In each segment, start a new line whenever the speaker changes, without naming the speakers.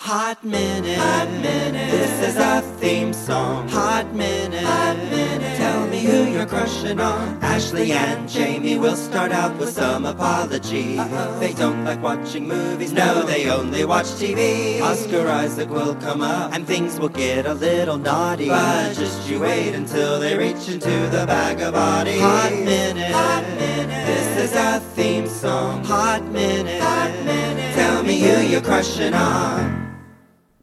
Hot minute. Hot minute. This is our theme song. Hot minute. Hot minute. Tell me who you're crushing on. Ashley and Jamie will start out with some apology. They don't like watching movies. No, they only watch TV. Oscar Isaac will come up and things will get a little naughty. But just you wait until they reach into the bag of body. Hot minute. Hot minute. This is our theme song. Hot minute. Hot minute. Tell me who you're crushing on.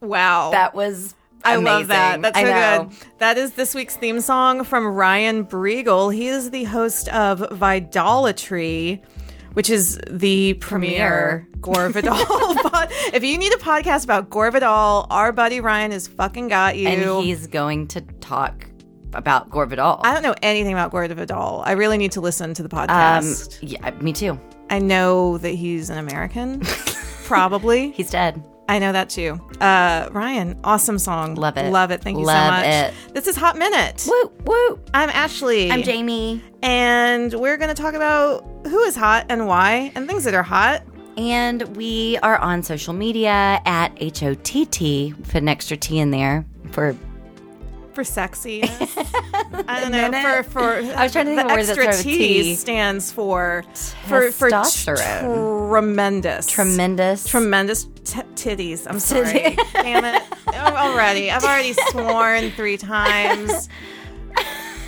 Wow.
That was
I love that.
amazing.
That's
I
so
know.
good. That is this week's theme song from Ryan Briegel. He is the host of Vidolatry, which is the premier Gore Vidal. pod- if you need a podcast about Gore Vidal, our buddy Ryan has fucking got you.
And he's going to talk about Gore Vidal.
I don't know anything about Gore Vidal. I really need to listen to the
Um,
podcast.
yeah, me too.
I know that he's an American. Probably.
He's dead.
I know that too. Uh, Ryan, awesome song.
Love it.
Love it. Thank you
Love
so much.
it.
This is Hot Minute.
Woo, woo.
I'm Ashley.
I'm Jamie.
And we're going to talk about who is hot and why and things that are hot.
And we are on social media at HOTT. Put an extra T in there for.
For sexy, I don't know. For, for
I was trying to think
the
of a word that
extra
started with
T,
T.
stands for for for t-
Testosterone.
tremendous,
Tremendous.
tremendous t- titties. I'm sorry, damn it. Already, I've already sworn three times.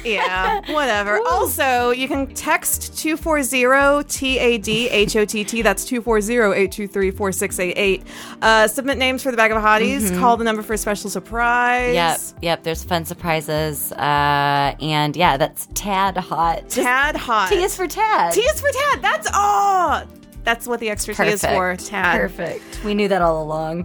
Yeah, whatever. Also, you can text 240 TAD That's 240 823 4688. Uh, Submit names for the Bag of Hotties. Call the number for a special surprise.
Mm-hmm. Yep, yep. There's fun surprises. Uh, and yeah, that's Tad Hot. Just
Tad Hot.
T is for Tad.
T is for Tad. That's all. That's what the extra T is for.
Perfect.
Tad.
Perfect. We knew that all along.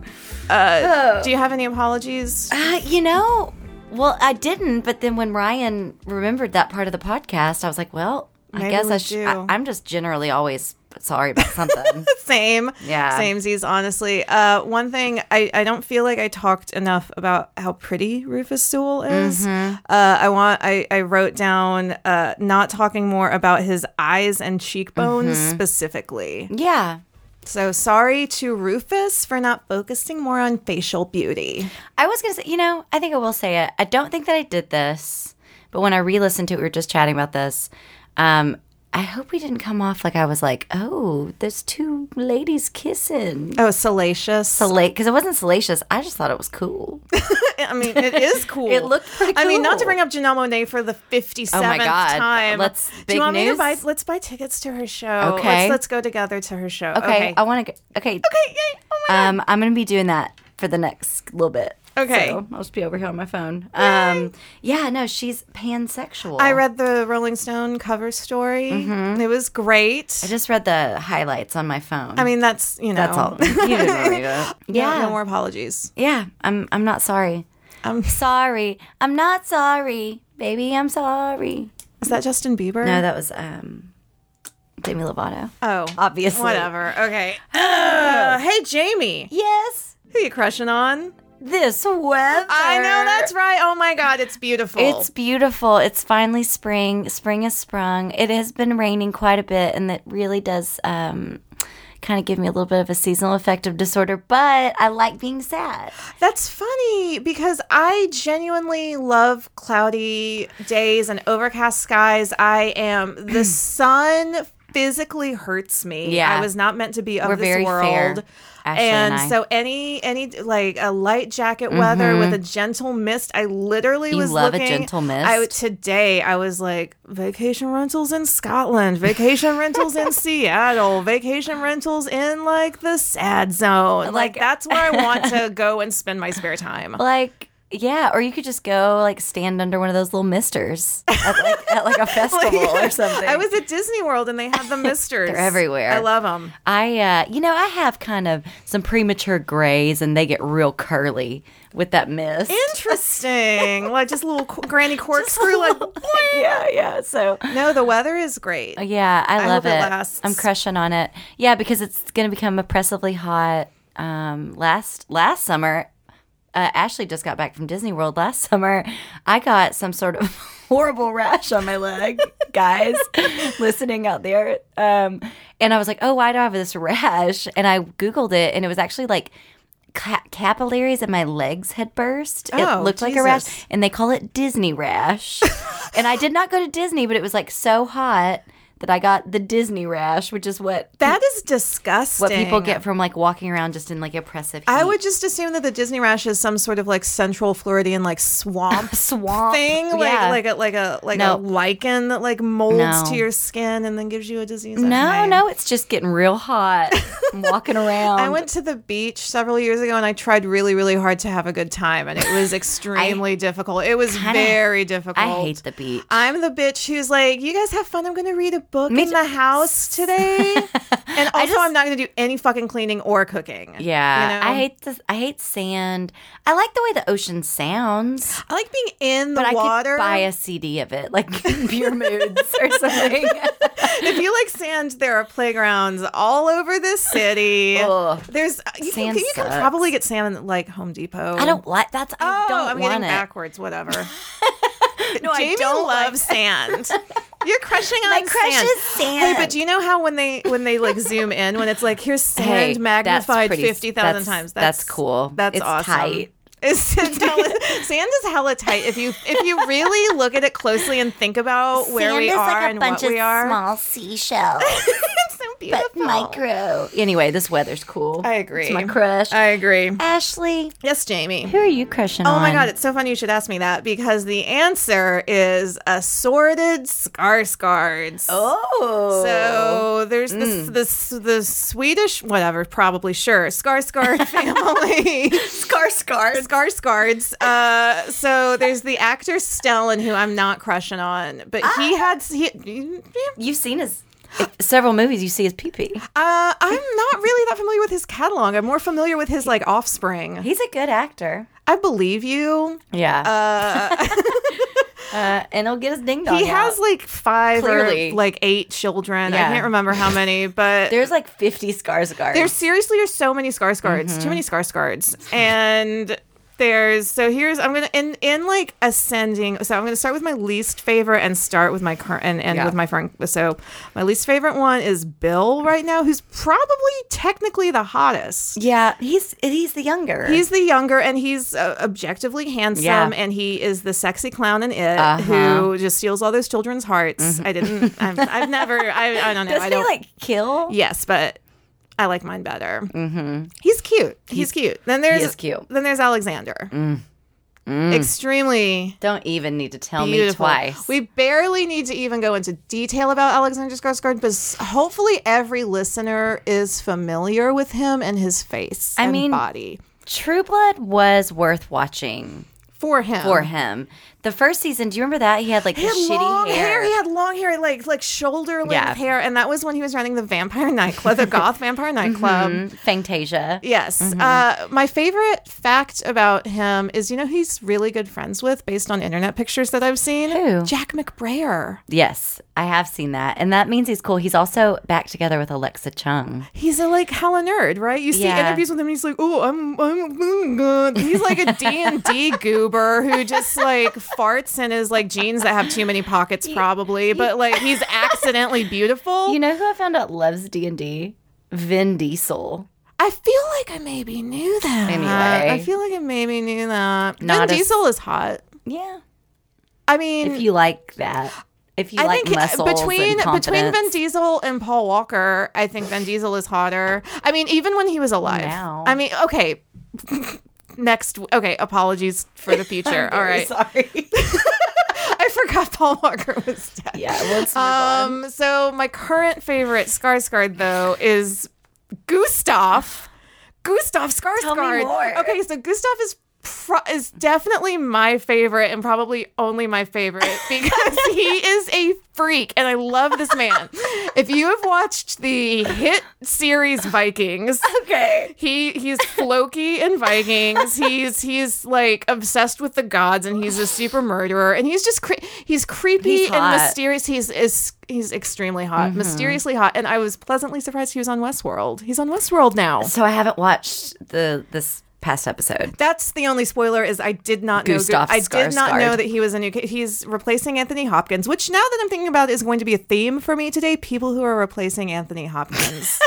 Do you have any apologies?
Uh, you know, well, I didn't, but then when Ryan remembered that part of the podcast, I was like, well, I
Maybe
guess
we
I should.
do.
I- I'm just generally always sorry about something.
Same.
Yeah.
Samesies, honestly. Uh, one thing, I, I don't feel like I talked enough about how pretty Rufus Sewell is. Uh, I want, I, I wrote down uh, not talking more about his eyes and cheekbones specifically.
yeah.
So sorry to Rufus for not focusing more on facial beauty.
I was going to say, you know, I think I will say it. I don't think that I did this, but when I re listened to it, we were just chatting about this. Um, I hope we didn't come off like I was like, oh, there's two ladies kissing.
Oh, salacious.
Late because it wasn't salacious. I just thought it was cool.
I mean, it is cool.
It looked pretty
I mean, not to
cool. Oh
bring up Janelle Monet for the 57th
God.
time.
Let's-
Do
big
you want me to
news?
buy, let's buy tickets to her show.
Okay.
Let's, let's go together to her show.
Okay, oh, I want to. go Okay, okay.
Yay, yay. Oh my
Um, I'm gonna be doing that for the next little bit.
Okay.
so I'll just be over here on my phone. Um, yeah, no, she's pansexual.
I read the Rolling Stone cover story. It was great.
Mm-hmm. I just read the highlights on my phone.
I mean, that's, you know.
that's all. You didn't read it.
Yeah.
Yeah,
No more apologies.
yeah. I'm. I'm not sorry.
Um,
Sorry. I'm not sorry, baby. I'm sorry.
is that Justin Bieber?
No, that was um, Demi Lovato.
oh,
Obviously.
whatever. Okay. Uh, hey, Jamie,
Yes.
who you crushing on?
This weather.
I know that's right. Oh my God, it's beautiful.
It's beautiful. It's finally spring. Spring has sprung. It has been raining quite a bit, and that really does um, kind of give me a little bit of a seasonal affective disorder. But I like being sad.
That's funny because I genuinely love cloudy days and overcast skies. I am the sun physically hurts me.
Yeah.
I was not meant to be of
We're
this
very
world.
fair, Ashley and I.
so any any like a light jacket weather with a gentle mist. I literally was
Mm-hmm. love a
looking,
gentle mist?
I would- today I was like vacation rentals in Scotland, vacation rentals in Seattle, vacation rentals in like the sad zone. Like
Like-
that's where I want to go and spend my spare time.
Like, yeah, or you could just go like stand under one of those little misters at like, at, like a festival or something.
I was at Disney World and they have the misters.
They're everywhere.
I love them.
I, uh, you know, I have kind of some premature grays, and they get real curly with that mist.
Interesting. like just a little qu- granny corkscrew. Like
yeah, yeah. So
no, the weather is great.
Oh, Yeah, I love
Oh, hope it
it.
lasts.
I'm crushing on it. Yeah, because it's going to become oppressively hot. Um, last last summer, uh, Ashley just got back from Disney World last summer. I got some sort of horrible rash on my leg, guys, listening out there. Um, and I was like, oh, why do I have this rash? And I Googled it, and it was actually like ca- capillaries in my legs had burst.
Oh,
it looked like a rash,
Jesus.
and they call it Disney rash. and I did not go to Disney, but it was like so hot that I got the Disney rash, which is what
That is disgusting.
what people get from like walking around just in like oppressive. Heat.
I would just assume that the Disney rash is some sort of like central Floridian like swamp
swamp
thing, like
yeah.
like a like a like a
No.
lichen that like molds
No.
to your skin and then gives you a disease.
no,
Anyway.
no, it's just getting real hot. I'm walking around.
I went to the beach several years ago and I tried really, really hard to have a good time, and it was extremely difficult. It was very difficult.
I hate the beach.
I'm the bitch who's like, you guys have fun. I'm going to read a book in
too.
the house today. and also, I'm not going to do any fucking cleaning or cooking.
yeah,
you know?
I hate the I hate sand. I like the way the ocean sounds.
I like being in the
but I
water.
could buy a CD of it, like Pure Moods or something.
if you like sand, there are playgrounds all over this city.
Ugh.
There's uh, you can,
Sand
you can
sucks.
probably get sand in like Home Depot.
I don't like that's. I
Oh,
don't
I'm
want
getting
it.
backwards. Whatever.
No,
Jamie
I don't
love
like-
sand. You're crushing on
My crush
sand.
is sand.
Hey, but do you know how when they when they like zoom in when it's like here's sand
Hey, that's
magnified
pretty-
fifty thousand
that's-
times.
that's cool.
That's
It's
awesome.
tight.
It's, it's hella, sand is hella tight. If you if you really look at it closely and think about where
Sand
we
is
are
like a
and
bunch
what
of
we are,
small seashells,
it's so beautiful.
but micro. Anyway, this weather's cool.
I agree.
It's my crush.
I agree.
Ashley,
Yes, Jamie.
who are you crushing
Oh
on?
my god, it's so funny you should ask me that because the answer is assorted scar scards.
Oh, Mm.
So there's this this the Swedish whatever probably sure Skarsgård family
scar scars.
Skarsgårds. Uh, so there's the actor Stellan who I'm not crushing on, but he
Ah.
uh, had he,
You've seen his several movies. You see his pee pee.
uh, I'm not really that familiar with his catalog. I'm more familiar with his like offspring.
He's a good actor.
I believe you.
Yeah. Uh, and he'll get his ding dong.
He has like five
Clearly.
or like eight children.
Yeah.
I can't remember how many, but
There's like 50 scars guards.
There seriously are so many Skarsgårds,
Mm-hmm.
too many Skarsgårds, and there's so here's I'm gonna in in like ascending. So I'm gonna start with my least favorite and start with my current and end
Yeah.
with my friend. So my least favorite one is Bill right now, who's probably technically the hottest.
yeah, he's he's the younger.
He's the younger, and he's uh, objectively handsome,
Yeah.
and he is the sexy clown in it
Uh-huh. Mm-hmm.
who just steals all those children's hearts. I didn't. I've, I've never. I, I don't know.
does
I
he
don't
like kill?
Yes, but I like mine better. Mm-hmm. He's cute. He's, cute. Then there's
is cute. Mm.
Then there's Alexander. Extremely
Don't even need to tell me
beautiful.
twice.
We barely need to even go into detail about Alexander Skarsgård, but s- hopefully every listener is familiar with him and his face
I
and
mean-
body
True Blood was worth watching
for him.
for him. The first season, do you remember that Oh. he had like the
He had
shitty
long hair.
hair?
He had long hair, like like shoulder length
Yeah. Mm-hmm.
hair, and that was when he was running the vampire nightclub, the goth vampire nightclub.
Fantasia.
Yes.
Mm-hmm.
Uh, my favorite fact about him is, you know, who he's really good friends with based on internet pictures that I've seen.
Who?
Jack McBrayer.
Yes, I have seen that, and that means he's cool. He's also back together with Alexa Chung.
He's a like hella nerd, right? You see
Yeah.
interviews with him, and he's like, "Oh, I'm, I'm, I'm good." He's like a D and D goober who just like farts in his like jeans that have too many pockets, probably. But like he's accidentally beautiful.
You know who I found out loves D and D? Vin Diesel.
I feel like I maybe knew that.
Anyway.
I feel like I maybe knew that. Vin
Not as-
Diesel is hot.
Yeah,
I mean,
if you like that, if you like muscles
between
and
between
confidence.
Vin Diesel and Paul Walker, I think Vin Diesel is hotter. I mean, even when he was alive.
Now.
I mean, okay. Next, okay. Apologies for the future. All right,
sorry.
I forgot Paul Walker was dead.
yeah, let's move on.
Um. So my current favorite Skarsgård though is Gustav. Gustav Skarsgård.
more.
Okay, so Gustav is pro- is definitely my favorite and probably only my favorite because he is a freak and I love this man. if you have watched the hit series Vikings,
Okay.
he he's Floki in Vikings. He's he's like obsessed with the gods, and he's a super murderer. And he's just cre- he's Mm-hmm. creepy
He's hot.
and mysterious. He's is he's extremely hot, mysteriously hot. And I was pleasantly surprised he was on Westworld. He's on Westworld now.
So I haven't watched the this past episode.
That's the only spoiler is I did not know.
Gustav
I did not know
Skarsgård.
that he was a new. ca- He's replacing Anthony Hopkins, which now that I'm thinking about it, is going to be a theme for me today. People who are replacing Anthony Hopkins.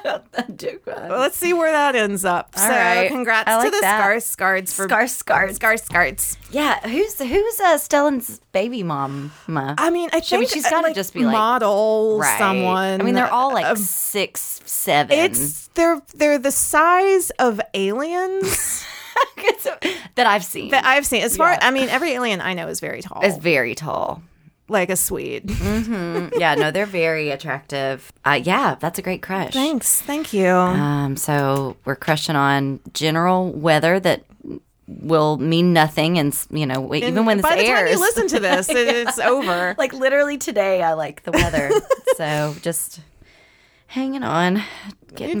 about that joke.
Well, let's see where that ends up. so,
right.
congrats
I
to
like
the
that.
Scar Scards for
Scar Scards.
Scar Scards.
Yeah, who's who's uh, Stellan's baby mom?
I mean, I
She- I mean,
think
she's
uh,
gotta just be, like,
model someone.
I mean, they're all like
Uh,
six, seven.
it's they're they're the size of aliens
that I've seen.
that I've seen. As far
Yeah.
I mean, every alien I know is very tall,
it's very tall. Mm,
like a Swede.
yeah, no, they're very attractive. Uh, yeah, that's a great crush.
Thanks, thank you.
Um, so we're crushing on general weather that will mean nothing, and you know, wait, even when this
by the
airs,
time you listen to this, it, it's over.
like literally today, I like the weather. so just hanging on, getting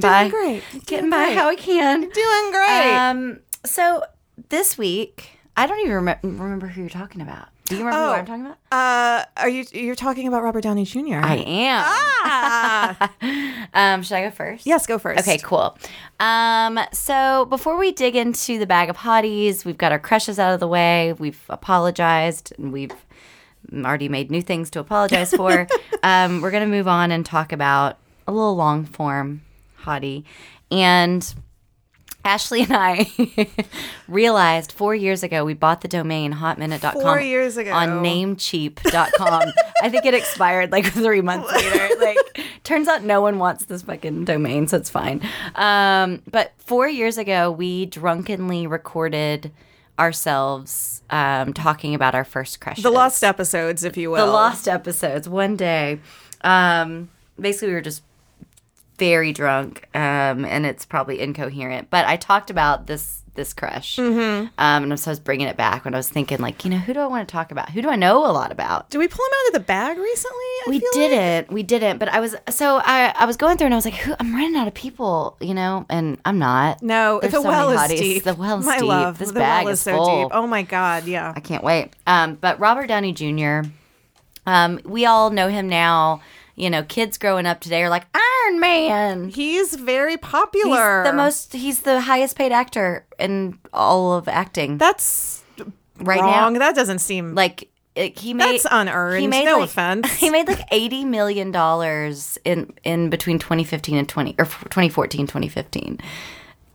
You're doing
by,
great. You're doing
getting by
great.
how I can.
Doing great. Uh,
Um, so this week, I don't even rem- remember who you're talking about. Do you remember
Oh.
who I'm talking about?
uh, are you you're talking about Robert Downey Jr.?
I am.
ah,
Um, should I go first?
yes, go first.
Okay, cool. Um, so before we dig into the bag of hotties, we've got our crushes out of the way. We've apologized and we've already made new things to apologize for. um, we're gonna move on and talk about a little long form hottie. And Ashley and I realized four years ago we bought the domain hotminute.com.
Four years ago.
On namecheap.com. I think it expired like three months later. Like, turns out no one wants this fucking domain, so it's fine. Um, but four years ago, we drunkenly recorded ourselves um, talking about our first crush.
The lost episodes, if you will.
the lost episodes one day. Um, basically, we were just very drunk, um, and it's probably incoherent. But I talked about this this crush, um, and so I was bringing it back when I was thinking, like, you know, who do I want to talk about? Who do I know a lot about?
Did we pull him out of the bag recently? I
we
feel like?
didn't we didn't but i was so i i was going through and i was like who i'm running out of people you know and i'm not
No,
There's
the
so
well
many
is
hotties.
deep.
the well is
My
deep
love,
this
the
bag
well is,
is
so
full.
deep. Oh my god, yeah.
I can't wait. Um, but Robert Downey Jr. Um, we all know him now. You know, kids growing up today are like Iron Man.
He's very
He's
popular.
the most. He's the highest paid actor in all of acting
That's
right
wrong.
now.
That doesn't seem like
Like it, he made.
that's unearned.
he made
no
like,
offense.
He made like 80 million dollars in in between 2015 and 20 or 2014 2015.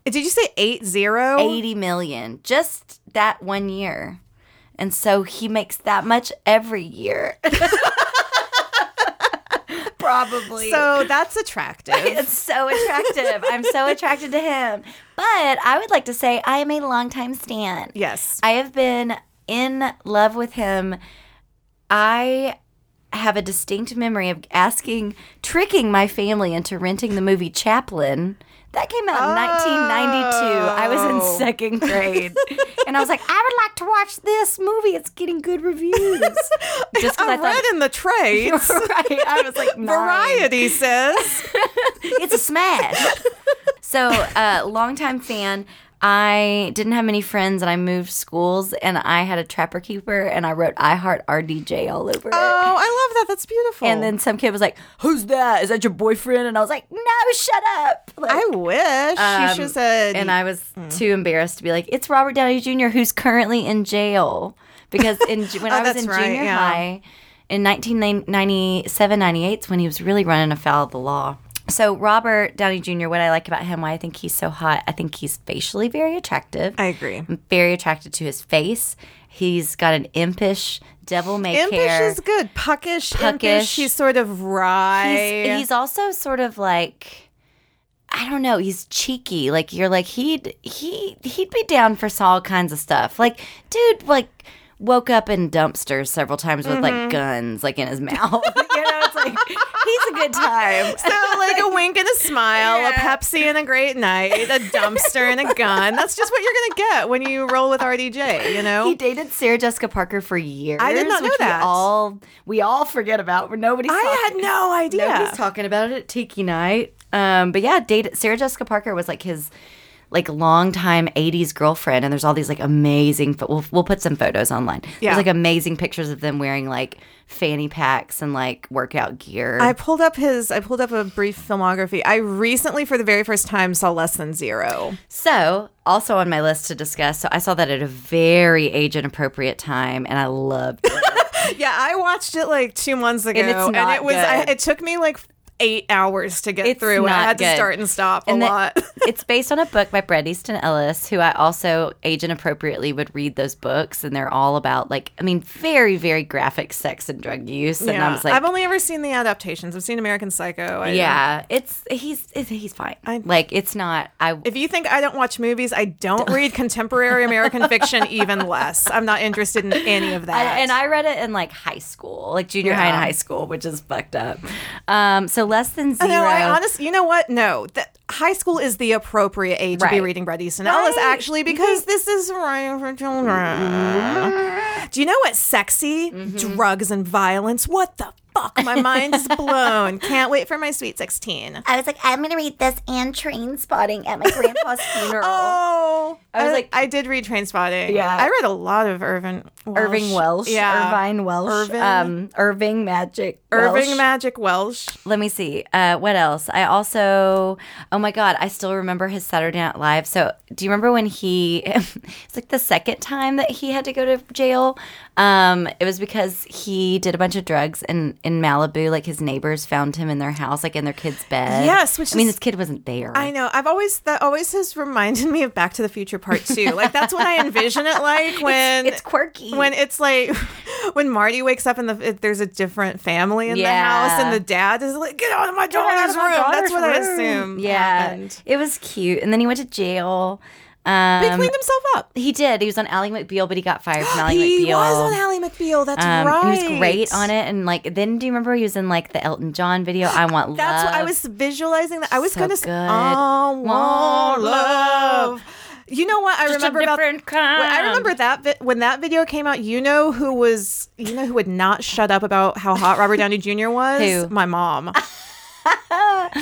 Did you say eight zero?
80 million just that one year. And so he makes that much every year. Probably.
So that's attractive.
it's so attractive. I'm so attracted to him. But I would like to say I am a longtime stan.
yes.
I have been in love with him. I have a distinct memory of asking, tricking my family into renting the movie Chaplin. That came out in 1992. I was
Oh.
in second grade. and I was like, I would like to watch this movie. It's getting good reviews. Just 'cause
I, read in the trades.
right. I was like, nine.
Variety says
It's a smash. so, uh, longtime fan. I didn't have many friends, and I moved schools, and I had a trapper keeper, and I wrote "I heart RDJ" all over it.
Oh, I love that. That's beautiful.
And then some kid was like, "Who's that? Is that your boyfriend?" And I was like, "No, shut up!" Like,
I wish you
um,
should have said
and I was
Mm.
too embarrassed to be like, "It's Robert Downey Jr. who's currently in jail," because in when I was
Oh, that's
in
right,
junior
yeah.
high in 1997, 98 is when he was really running afoul of the law. So Robert Downey Jr. What I like about him, why I think he's so hot, I think he's facially very attractive.
I agree.
I'm very attracted to his face. He's got an impish, devil may
Impish
care.
is good. Puckish, impish.
Puckish.
He's sort of wry.
he's, he's also sort of like I don't know, he's cheeky. Like you're like he'd he he'd be down for all kinds of stuff. Like dude like woke up in dumpsters several times with
Mm-hmm.
like guns like in his mouth. you know, it's like he's a good time.
So, like a wink and a smile, a Pepsi and a great night, a dumpster and a gun. That's just what you're going to get when you roll with RDJ, you know?
He dated Sarah Jessica Parker for years.
I did not know
which
that.
We all we all forget about. Where nobody's
I
talking-
had no idea.
Nobody's talking about it at Tiki Night. Um, but yeah, date Sarah Jessica Parker was like his like longtime '80s girlfriend, and there's all these like amazing. Pho- we'll we'll put some photos online.
Yeah.
There's like amazing pictures of them wearing like fanny packs and like workout gear.
I pulled up his, I pulled up a brief filmography. I recently, for the very first time, saw Less Than Zero.
so also on my list to discuss. So I saw that at a very age inappropriate time, and I loved. it.
Yeah, I watched it like two months ago.
it's not
it was, I,
good.
it took me like eight hours to get
It's
through. And I
not
had to
good.
start and stop
And
a
the-
lot.
it's based on a book by Bret Easton Ellis, who I also age inappropriately would read those books, and they're all about like I mean, very very graphic sex and drug use, and I was like,
have only ever seen the adaptations. I've seen American Psycho. I,
yeah, it's he's it's, he's fine.
I-
like it's not I
If you think I don't watch movies, I don't read contemporary American fiction even less. I'm not interested in any of that.
I- and I read it in like high school, like junior high and
Yeah.
high school, which is fucked up. Um, so less than zero.
No, I honestly, you know what? No, that high school is the appropriate age to be
Right.
reading Bret Easton Ellis,
Right. Mm-hmm.
actually, because this is right for children. Do you know what? Sexy
Mm-hmm.
drugs and violence. What the fuck? My mind is blown. Can't wait for my sweet sixteen.
I was like, I'm gonna read this and train spotting at my grandpa's funeral.
Oh, I
was like-
I did read Train Spotting.
Yeah.
I read a lot of Irvin Welsh.
Irving Welsh,
Yeah,
Irvine Welsh,
Irvin.
um, Irving Magic, Welsh.
Irving Magic Welsh.
Let me see. Uh, what else? I also, oh my God, I still remember his Saturday Night Live. So, do you remember when he, it's like the second time that he had to go to jail? Um, it was because he did a bunch of drugs and in Malibu, like his neighbors found him in their house, like in their kid's bed.
Yes, which
I mean,
is-
this kid wasn't there.
I know. I've always that always has reminded me of Back to the Future Part Two. Like that's what I envision it like when
It's quirky.
when it's like when Marty wakes up and the, it, there's a different family in
Yeah.
the house and the dad is like, "Get out of my
Get out
daughter's
of my
room."
daughter's
That's what I
room.
assume.
Yeah,
happened.
it was cute, and then he went to jail.
he
Um,
cleaned himself up.
he did. He was on Ally McBeal, but he got fired from Ally McBeal.
He was on Ally McBeal. That's
Um,
right.
and He was great on it, and like then do you remember he was in like the Elton John video? I want
That's
love.
what I was visualizing. That I was
So
gonna. s-
good.
I want
Want
love. You know what I
Just a
remember about
different
When I
kind.
remember that vi- when that video came out. You know who was you know who would not shut up about how hot Robert Downey Jr. was?
Who?
My mom.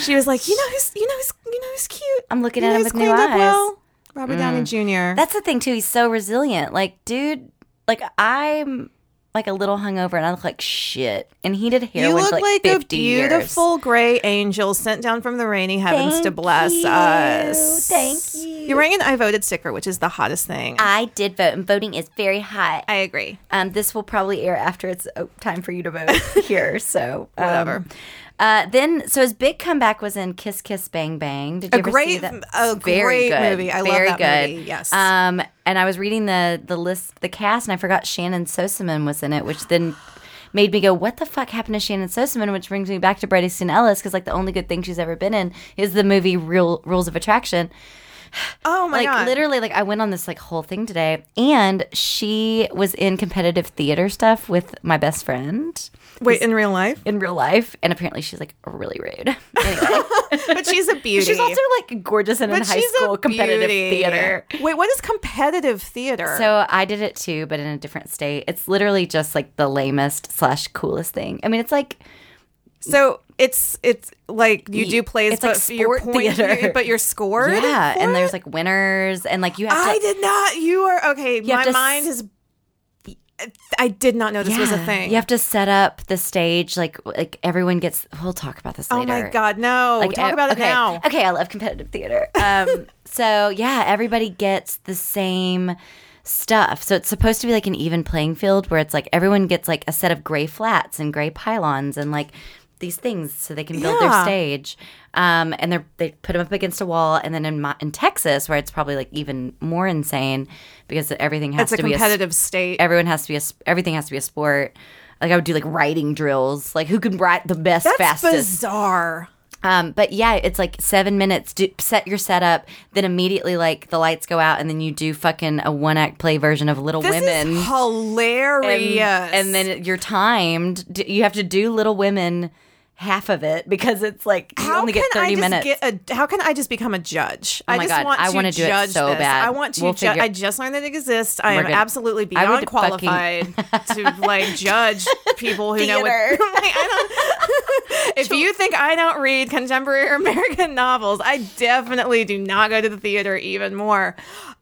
she was like, you know who's you know who's you know who's cute.
I'm looking
you
at
know
him
who's
with new
cleaned up
eyes. Mm.
well? Robert Downey Jr.
That's the thing too. He's so resilient. Like, dude, like I'm like a little hungover, and I look like shit. And he did heroin
you look
for
like,
like,
a
50 years.
beautiful gray angel sent down from the rainy heavens to
Thank
bless
you.
us.
Thank
You're wearing an I voted sticker, which is the hottest thing.
I did vote, and voting is very hot.
I agree.
Um, this will probably air after it's uh, time for you to vote here. So um,
Whatever.
Uh, then, so his big comeback was in Kiss Kiss Bang Bang. Did you
A
ever see
great,
that?
a
Very
great
good.
movie. I
Very
love that
good.
movie. Yes.
Um, and I was reading the the list, the cast, and I forgot Shannon Sosaman was in it, which then made me go, "What the fuck happened to Shannon Sosaman?" Which brings me back to Bret Easton Ellis because like the only good thing she's ever been in is the movie Real Rules of Attraction.
oh my
like
god.
literally, like I went on this like whole thing today, and she was in competitive theater stuff with my best friend
Wait, in real life?
in real life, and apparently she's like really rude. Anyway.
But she's a beauty.
She's also like gorgeous and in
but
high
she's
school
a
competitive
beauty.
theater.
Wait, what is competitive theater?
So I did it too, but in a different state. It's literally just like the lamest slash coolest thing. I mean, it's like
So it's it's like you do plays,
It's
but
like
for your
sport
point,
theater.
but you're scored.
yeah,
for
and
it?
there's like winners and like you have
I
to.
did not. You are okay.
have
My
to s-
mind is. I did not know this was a
Yeah.
thing.
You have to set up the stage, like like everyone gets. We'll talk about this
oh
later.
my god, no!
Like,
Talk
ev-
about
okay.
it now.
Okay, I love competitive theater. Um, so yeah, everybody gets the same stuff. So it's supposed to be like an even playing field where it's like everyone gets like a set of gray flats and gray pylons and like these things so they can build
Yeah.
their stage. Um, and they they put them up against a wall. And then in my, in Texas, where it's probably like even more insane because everything has
It's a
to be a
competitive state.
everyone has to be a s- everything has to be a sport. Like I would do like writing drills, like who can write the best
That's
fastest.
bizarre.
Um, but yeah, it's like seven minutes. Do, set your setup, then immediately like the lights go out, and then you do fucking a one act play version of Little
This
Women.
is hilarious.
and then you're timed. D- You have to do Little Women half of it because it's like you only get
I
thirty
just
minutes. Oh
Get a, how can I just become a judge? I
my
just
God,
want
I
to
wanna do it
judge
so
this.
bad.
I want to
We'll
judge.
figure-
I just learned it exists. I am
gonna-
absolutely
I
beyond
would fucking-
qualified to like judge people who know what.
Theater.
Like, I don't- if you think I don't read contemporary American novels, I definitely do not go to the theater even more.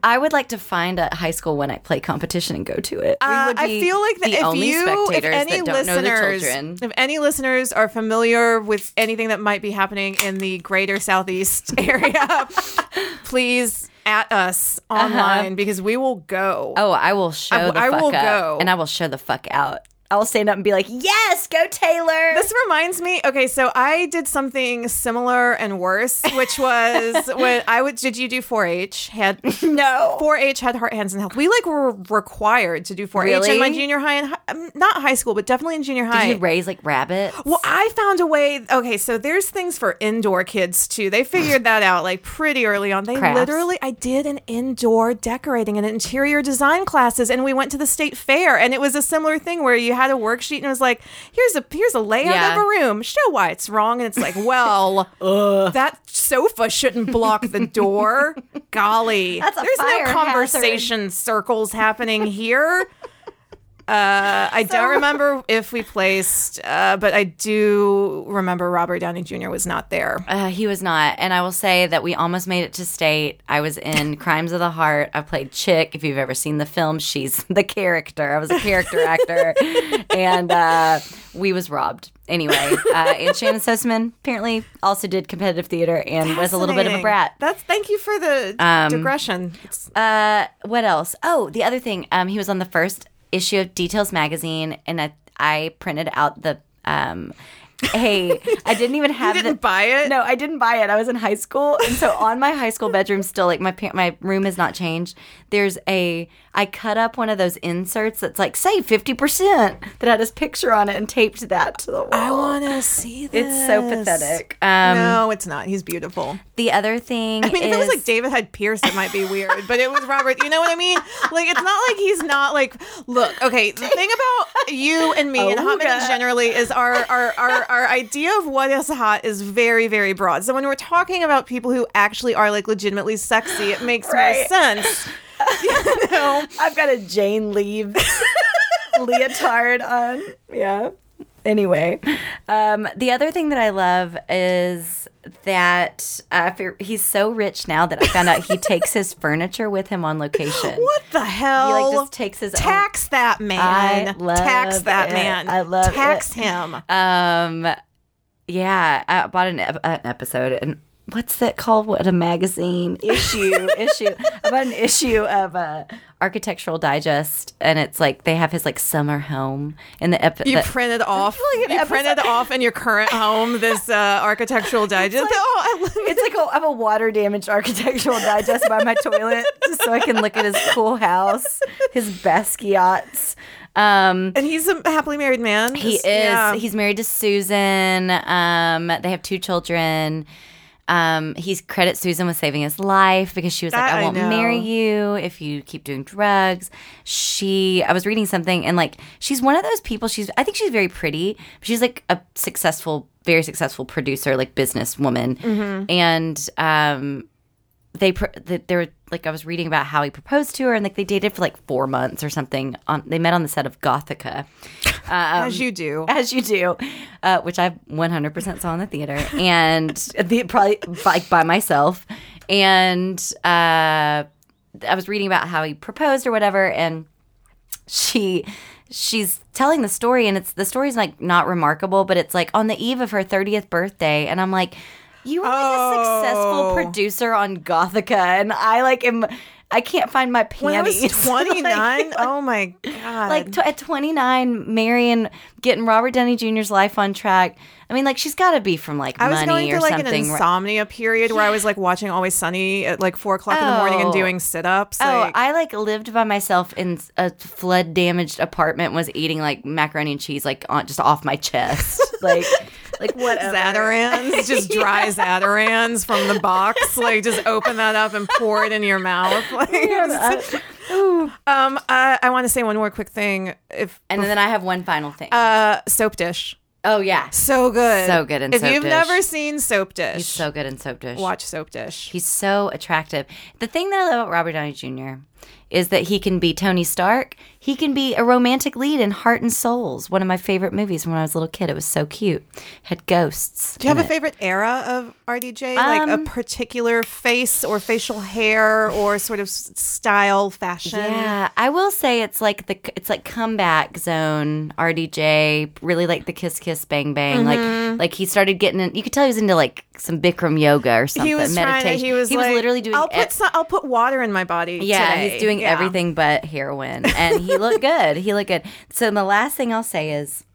I would like to find a high school one act play competition and go to it. We
Uh,
would
I
be
feel like the,
the
if
only
you,
spectators
if any
that don't know the
listeners,
children.
if any listeners are familiar with anything that might be happening in the greater southeast area, please at us online because we will go.
Uh-huh. Oh, I will show
I-
the
I
fuck
will
up,
go.
and I will show the fuck out. I'll stand up and be like, "Yes, go Taylor."
This reminds me. Okay, so I did something similar and worse, which was when I would. Did you do 4-H? Had
no.
4-H had heart, hands, and health. We like were required to do 4-H in my
Really?
junior high and hi- um, not high school, but definitely in junior
Did
high.
you raise like rabbits?
Well, I found a way. Okay, so there's things for indoor kids too. They figured that out like pretty early on. They
Crafts.
literally, I did an indoor decorating and interior design classes, and we went to the state fair, and it was a similar thing where you had a worksheet and it was like, here's a here's a layout
Yeah.
of a room. Show why it's wrong, and it's like, well, that sofa shouldn't block the door. Golly,
That's a
there's
fire
no
hazard.
conversation circles happening here. Uh, I don't remember if we placed, uh, but I do remember Robert Downey Jr. was not there.
Uh, he was not. And I will say that we almost made it to state. I was in Crimes of the Heart. I played Chick. If you've ever seen the film, she's the character. I was a character actor. And uh, we was robbed. Anyway, uh, and Shannon Sussman apparently also did competitive theater and was a little bit of
Fascinating.
a brat. Um,
That's thank you for the digression. It's-
Uh, what else? Oh, the other thing. Um, he was on the first issue of Details magazine, and I, I printed out the um. Hey, I didn't even have
didn't
the-
buy it?
No, I didn't buy it. I was in high school, and so on my high school bedroom, still like my par- my room has not changed. There's a I cut up one of those inserts that's like save fifty percent that had his picture on it and taped that to the wall.
I want to see this.
it's so pathetic. Um,
no, it's not. He's beautiful.
The other thing
I mean,
is
if it was like David Hyde Pierce, it might be weird, but it was Robert. You know what I mean? Like, it's not like he's not like. Look, okay. The thing about you and me and hot men
Ooga.
generally is our our, our our idea of what is hot is very very broad. So when we're talking about people who actually are like legitimately sexy, it makes more
Right.
sense. You know?
I've got a Jane Leave leotard on. Yeah. Anyway, um, the other thing that I love is that uh, fe- he's so rich now that I found out he takes his furniture with him on location.
What the hell?
He like just takes his
tax that man.
I love
tax that
it.
man.
I love it.
tax him.
own. Um, yeah, I bought an, ep- an episode and. What's that called? What a magazine issue issue. I bought an issue of uh, Architectural Digest, and it's like they have his like summer home in the episode.
You printed off.
like an
you printed off in your current home this uh, architectural digest. oh, I love it.
It's like a, I'm a water damaged architectural digest by my toilet, just so I can look at his cool house, his Basquiat's. Um,
And he's a happily married man.
he is. He's married to Susan. Um, they have two children. Um, he's credits Susan with saving his life because she was
That
like,
I
"I won't
know.
marry you if you keep doing drugs." She, I was reading something and like she's one of those people. She's, I think she's very pretty. But she's like a successful, very successful producer, like businesswoman,
Mm-hmm.
and um, they pr- th- they were like I was reading about how he proposed to her and like they dated for like four months or something. On they met on the set of Gothica, Um,
as you do.
as you do, uh, which I 100% saw in the theater and the, probably like by myself. And uh, I was reading about how he proposed or whatever, and she she's telling the story, and it's the story's like not remarkable, but it's like on the eve of her 30th birthday, and I'm like, you were like a
Oh.
successful producer on Gothica, and I like am. I can't find my panties.
When I was
Like-
29, oh my God.
like t- at 29 marrying getting robert downey jr's life on track i mean like she's got to be from like
I was
money
going
or
through like an
something right?
insomnia period where I was like watching Always Sunny at like four o'clock in the morning and
Oh.
doing sit ups.
Oh,
like,
I like lived by myself in a flood damaged apartment. Was eating like macaroni and cheese, like on, just off my chest, like like whatever.
Zatarans, just dry Zatarans from the box. Like, just open that up and pour it in your mouth. Like, um, I, I want to say one more quick thing. If
And then I have one final thing.
uh, soap dish,
oh yeah,
so good,
So good in
If
Soap
you've
Dish.
never seen soap dish,
he's so good in soap dish.
watch soap dish.
He's so attractive. The thing that I love about Robert Downey Jr. is that he can be Tony Stark. He can be a romantic lead in Heart and Souls, one of my favorite movies when I was a little kid. It was so cute. Had ghosts.
Do you have
in
a
it.
favorite era of RDJ, like
Um,
a particular face or facial hair or sort of s- style, fashion?
Yeah, I will say it's like the it's like comeback zone RDJ, really like the kiss kiss bang bang.
Mm-hmm.
Like like he started getting in, you could tell he was into like some Bikram yoga or something,
He was trying
meditation.
to. He was. like,
literally doing
I'll put.
it-
Some, I'll put water in my body.
Yeah,
today.
He's doing
Yeah.
everything but heroin, and he looked good. He looked good. So the last thing I'll say is,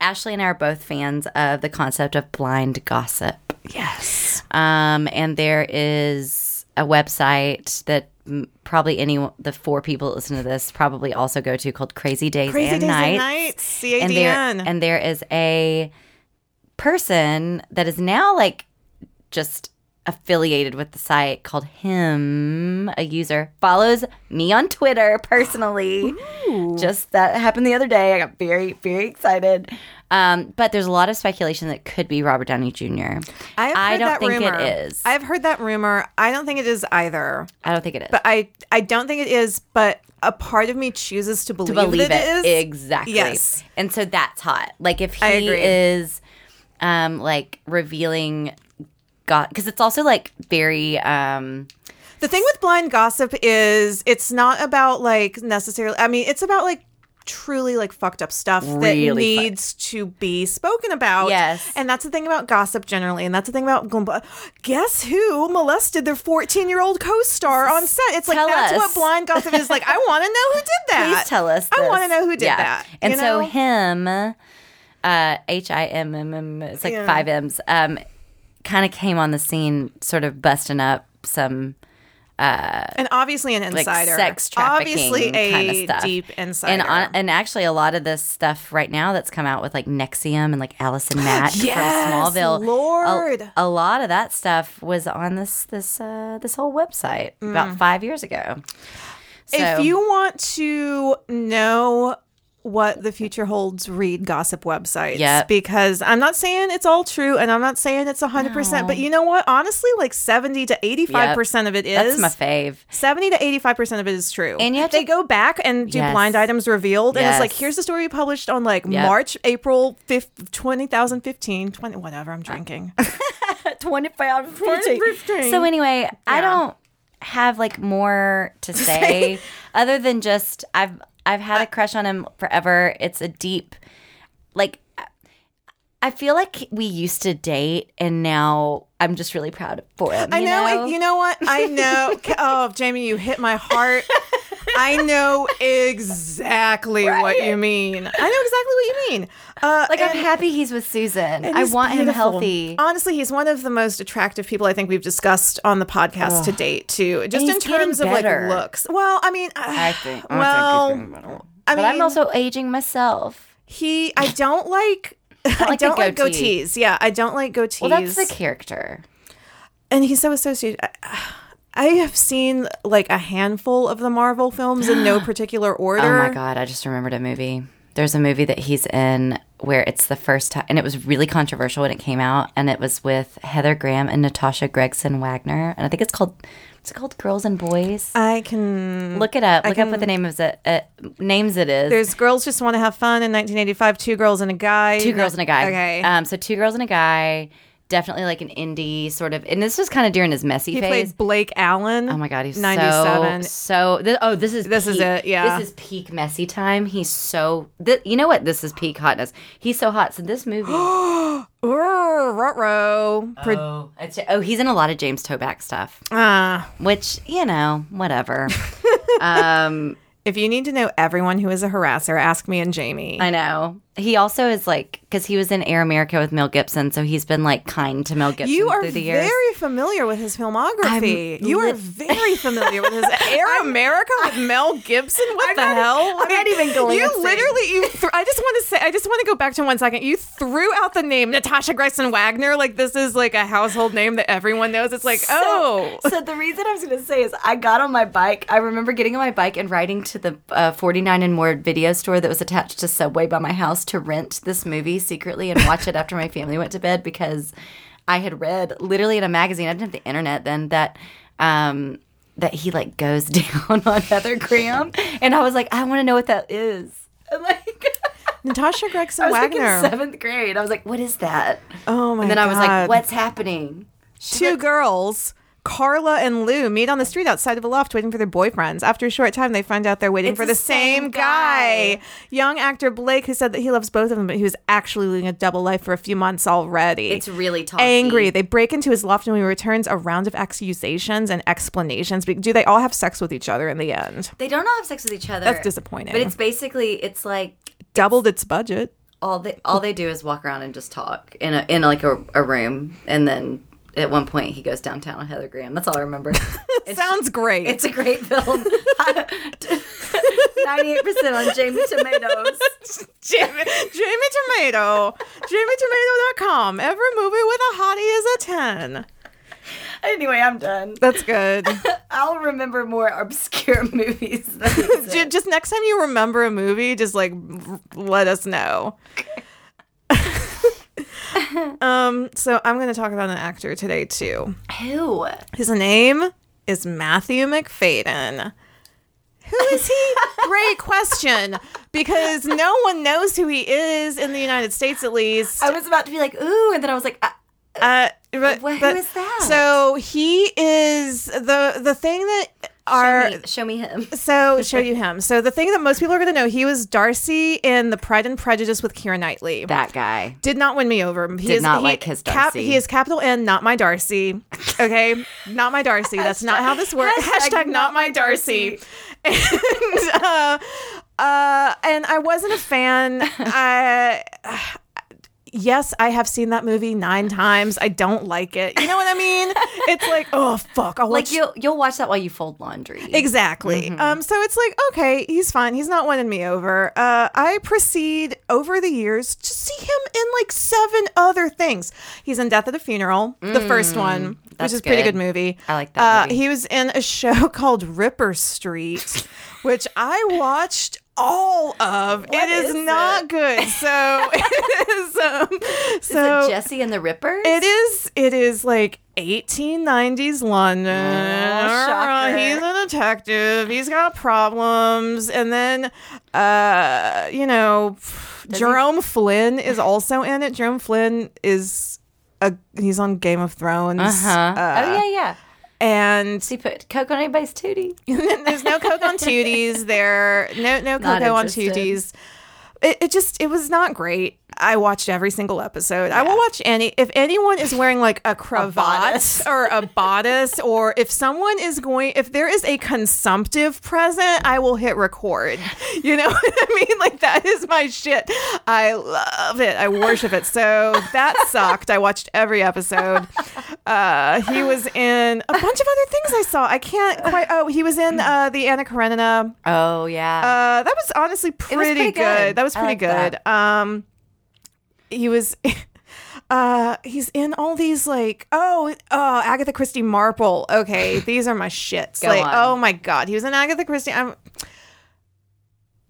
Ashley and I are both fans of the concept of blind gossip.
Yes.
Um, and there is a website that mm, probably any the four people that listen to this probably also go to called Crazy Days
Crazy
and
days
Nights.
and nights. C A
And
D
there
N.
and there is a person that is now like just affiliated with the site called him a user follows me on twitter personally just that happened the other day i got very very excited um, but there's a lot of speculation that could be robert downey jr
I've
I
heard
don't
that
think
rumor.
it is.
I've heard that rumor. I don't think it is either.
i don't think it is
But I I don't think it is, but a part of me chooses to believe,
to believe
that it
it,
is.
exactly
Yes.
and so that's hot like if he
I agree.
is um like revealing god because it's also like very um
The thing with blind gossip is it's not about like necessarily I mean, it's about like truly like fucked up stuff that
Really fucked.
needs to be spoken about.
Yes.
And that's the thing about gossip generally, and that's the thing about Goomba. Guess who molested their 14-year-old co-star on set? It's like
Tell
that's
us.
what blind gossip is like. I want to know who did that.
please tell us
I
this.
want to know who did
Yeah.
that.
and
you
so
know?
him uh h-i-m-m-m it's like
Yeah.
five m's um kind of came on the scene sort of busting up some
and obviously an
like
insider,
sex trafficking
obviously a
kind of stuff.
deep insider.
And on, and actually, a lot of this stuff right now that's come out with like Nexium and like Allison Mack
Yes,
from Smallville. a-
Lord.
a, lot of that stuff was on this this uh, this whole website about five years ago. So,
Mm. if you want to know what the future holds, read gossip websites.
Yep.
Because I'm not saying it's all true and I'm not saying it's 100%, but you know what? Honestly, like 70 to 85% of it
that's
is.
my fave.
70 to 85% of it is true.
And you have
they
to-
go back and do
Yes.
blind items revealed. And it's like,
Yes.
here's the story you published on like
Yep.
March, April 5th, 2015, 20, whatever, I'm drinking.
Twenty five.
2015.
So anyway, I don't have like more to say other than just I've I've had a crush on him forever. It's a deep like I- I feel like we used to date and now I'm just really proud for him.
I
you
know, I- you know what? I know. oh, Jamie, you hit my heart. I know exactly what you mean. I know exactly what you mean. Uh,
like I'm
and-
happy he's with Susan.
and
I
he's
want him
beautiful.
healthy.
Honestly, he's one of the most attractive people I think we've discussed on the podcast to date, too. Just in
he's getting
terms of like
better.
looks. Well, I mean, I
think- I think he's
well,
getting better.
I
but
mean,
I'm also aging myself.
he. I don't like. I,
like the
don't like
goatee.
goatees. Yeah, I don't like goatees.
Well, that's the character.
and he's so associated. I, I have seen like a handful of the Marvel films in no particular order.
Oh my god, I just remembered a movie. There's a movie that he's in where it's the first time, and it was really controversial when it came out, and it was with Heather Graham and Natasha Gregson Wagner, and I think it's called. It's called Girls and Boys.
I Um, can.
Look it up. Look up what the name of it uh, names it is.
There's girls just want to have fun in 1985. Two girls and a guy.
two girls and a guy.
Okay.
Um, so two girls and a guy, definitely like an indie sort of, and this was kind of during his messy
he
phase.
played Blake Allen.
Oh my god, he's
97.
so so. Th- oh, this is
This is
peak-
it, yeah.
this is peak messy time. He's so. Th- you know what? This is peak hotness. He's so hot. So this movie. oh,
Ruh-roh. Pro-
it's- oh, he's in a lot of James Toback stuff,
Ah.
which you know, whatever.
if you need to know everyone who is a harasser, ask me and Jamie.
I know. He also is like because he was in Air America with Mel Gibson, so he's been like kind to Mel Gibson
you are
through the years.
very familiar with his filmography. you are
lit-
very familiar with his Air America with Mel Gibson. What the hell?
I'm not even going
You
to say.
literally. You thr I just want to say. I just want to go back to one second. You threw out the name Natasha Gregson Wagner. Like this is like a household name that everyone knows. It's like oh.
So the reason I was going to say is I got on my bike. I remember getting on my bike and riding to the uh, 49 and more video store that was attached to Subway by my house to rent this movie secretly and watch it after my family went to bed because I had read literally in a magazine. I didn't have the internet then that um that he like goes down on Heather Graham and I was like I want to know what that is. And, Like
Natasha Gregson
I was
Wagner.
like in 7th grade. I was like what is that?
oh my god.
and then I was like what's happening?
two girls Carla and Lou meet on the street outside of a loft waiting for their boyfriends. After a short time, they find out they're waiting
It's
for
the
the, same
same
guy.
guy.
Young actor Blake, who said that he loves both of them, but he was actually living a double life for a few months already.
It's really tossy.
angry. They break into his loft and he returns a round of accusations and explanations. But do they all have sex with each other in the end?
They don't all have sex with each other.
That's disappointing.
But it's basically it's like
Doubled its budget.
all they all they do is walk around and just talk in a in like a, a room, and then at one point he goes downtown on Heather Graham. That's all I remember. It's-
Sounds great.
It's a great film. Ninety-eight percent on Jamie Tomatoes.
Jamie, Jamie Tomato. JamieTomato.com. Every movie with a hottie is a 10.
Anyway, I'm done.
That's good.
I'll remember more obscure movies. Than these.
Ju- just next time you remember a movie, just like r- let us know. um, so I'm going to talk about an actor today too.
Who?
His name is Matthew McFadden. Who is he? Great question, because no one knows who he is in the United States, at least.
I was about to be like, ooh, and then I was like, ah,
Uh, but,
Wha- who
but-
is that?
So he is the the thing that our
show, me, uh, show me him.
so show you him. So the thing that most people are going to know, he was Darcy in The Pride and Prejudice with Keira Knightley.
That guy.
did not win me over. He
Did not
he-
like his
cap-
Darcy.
he is capital N, not my Darcy. Okay, not my Darcy. That's not how this works. Hashtag, not, my Darcy. And uh, uh, and I wasn't a fan. I yes, I have seen that movie nine times. I don't like it. You know what I mean? It's like oh fuck. I'll
Like
watch
you'll you'll watch that while you fold laundry.
Exactly.
Mm-hmm.
Um, so it's like, okay, he's fine. He's not winning me over. Uh, I proceed over the years to see him in like seven other things. He's in Death at a Funeral, the first one, which
Mm, that's
is a pretty
good.
good movie.
I like that
Uh,
movie.
He was in a show called Ripper Street, which I watched all of. it is,
is
not good. So it is. Um, so
Jesse and the Ripper.
it is. It is like 1890s London.
shocker.
He's a detective. He's got problems. And then, uh, you know, Jerome Flynn is also in it. Jerome Flynn is a he's on Game of Thrones. Uh,
Huh? oh yeah, yeah.
And
She put Coke on anybody's tootie.
there's no coke on tooties. There, no no
Not
cocoa on
interested.
tooties. It, it just it was not great. I watched every single episode. I will watch any if anyone is wearing like a cravat
bodice.
or a bodice, or if someone is going if there is a consumptive present, I will hit record. You know what I mean? Like that is my shit. I love it. I worship it. So that sucked. I watched every episode. Uh, he was in a bunch of other things I saw. I can't quite. Oh, he was in uh, the Anna Karenina.
Oh yeah.
Uh, that was honestly pretty,
was pretty
good.
good.
That was
I
pretty
like
good. Um, he was. Uh, he's in all these like oh oh Agatha Christie Marple. Okay, these are my shits.
Go
like
on.
oh my god, he was in Agatha Christie. I'm.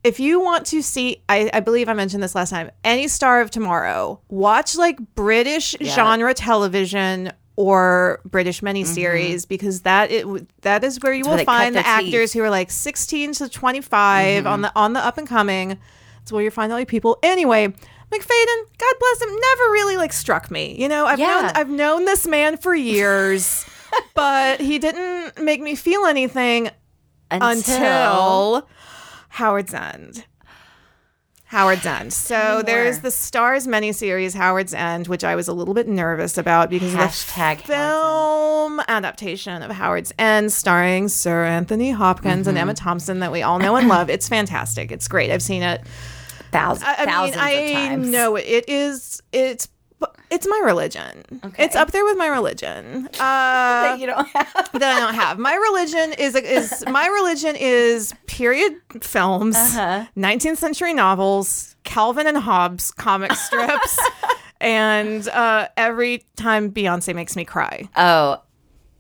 If you want to see, I, I believe I mentioned this last time. Any Star of Tomorrow, watch like British
Yeah.
genre television or British miniseries
Mm-hmm.
because that it w- that is where you
where
will
they cut
find the
their teeth. Mm-hmm.
actors who are like 16 to 25 on the on the up and coming. It's where you find all your people. Anyway, McFadden, God bless him, never really like struck me. You know, I've
Yeah.
known I've known this man for years, but he didn't make me feel anything until Howard's End. Howard's End. So there's
more.
the Stars miniseries Howard's End, which I was a little bit nervous about because
Hashtag
of the
Howard's
film adaptation of Howard's End, starring Sir Anthony Hopkins and
Mm-hmm.
Emma Thompson, that we all know and love. It's fantastic. It's great. I've seen it.
thousands,
I, I
thousands
mean,
of
I
times.
know it. It is. It's. It's my religion. It's up there with my religion. Uh,
you don't have.
that I don't have. My religion is is my religion is period films,
Uh-huh.
19th century novels, Calvin and Hobbes comic strips, and uh, every time Beyonce makes me cry.
Oh,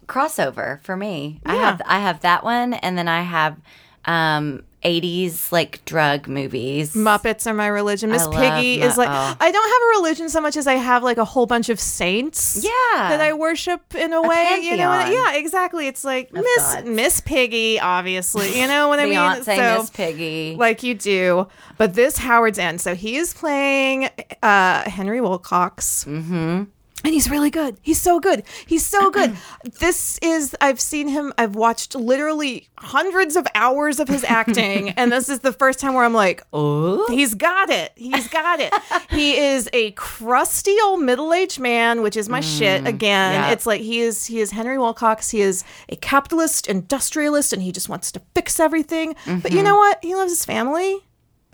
crossover for me. I have I have that one, and then I have um 80s like drug movies.
Muppets are my religion. Miss
love
Piggy
Mu-
is like
oh.
I don't have a religion so much as I have like a whole bunch of saints.
Yeah.
That I worship in a, way. You know what-
pantheon.
Yeah, exactly. It's like Miss
gods.
Miss Piggy, obviously. You know what I mean?
Beyonce,
So-
Miss Piggy.
like you do. But this Howard's End, so he is playing uh, Henry Wilcox. Mm-hmm. and he's really good. He's so good. He's so good. this is I've seen him. I've watched literally hundreds of hours of his acting, and this is the first time where I'm like, oh, he's got it. He's got it. he is a crusty old middle aged man, which is my shit again.
Mm, yeah.
It's like he is he is Henry Wilcox. He is a capitalist industrialist, and he just wants to fix everything. But
Mm-hmm.
you know what? He loves his family.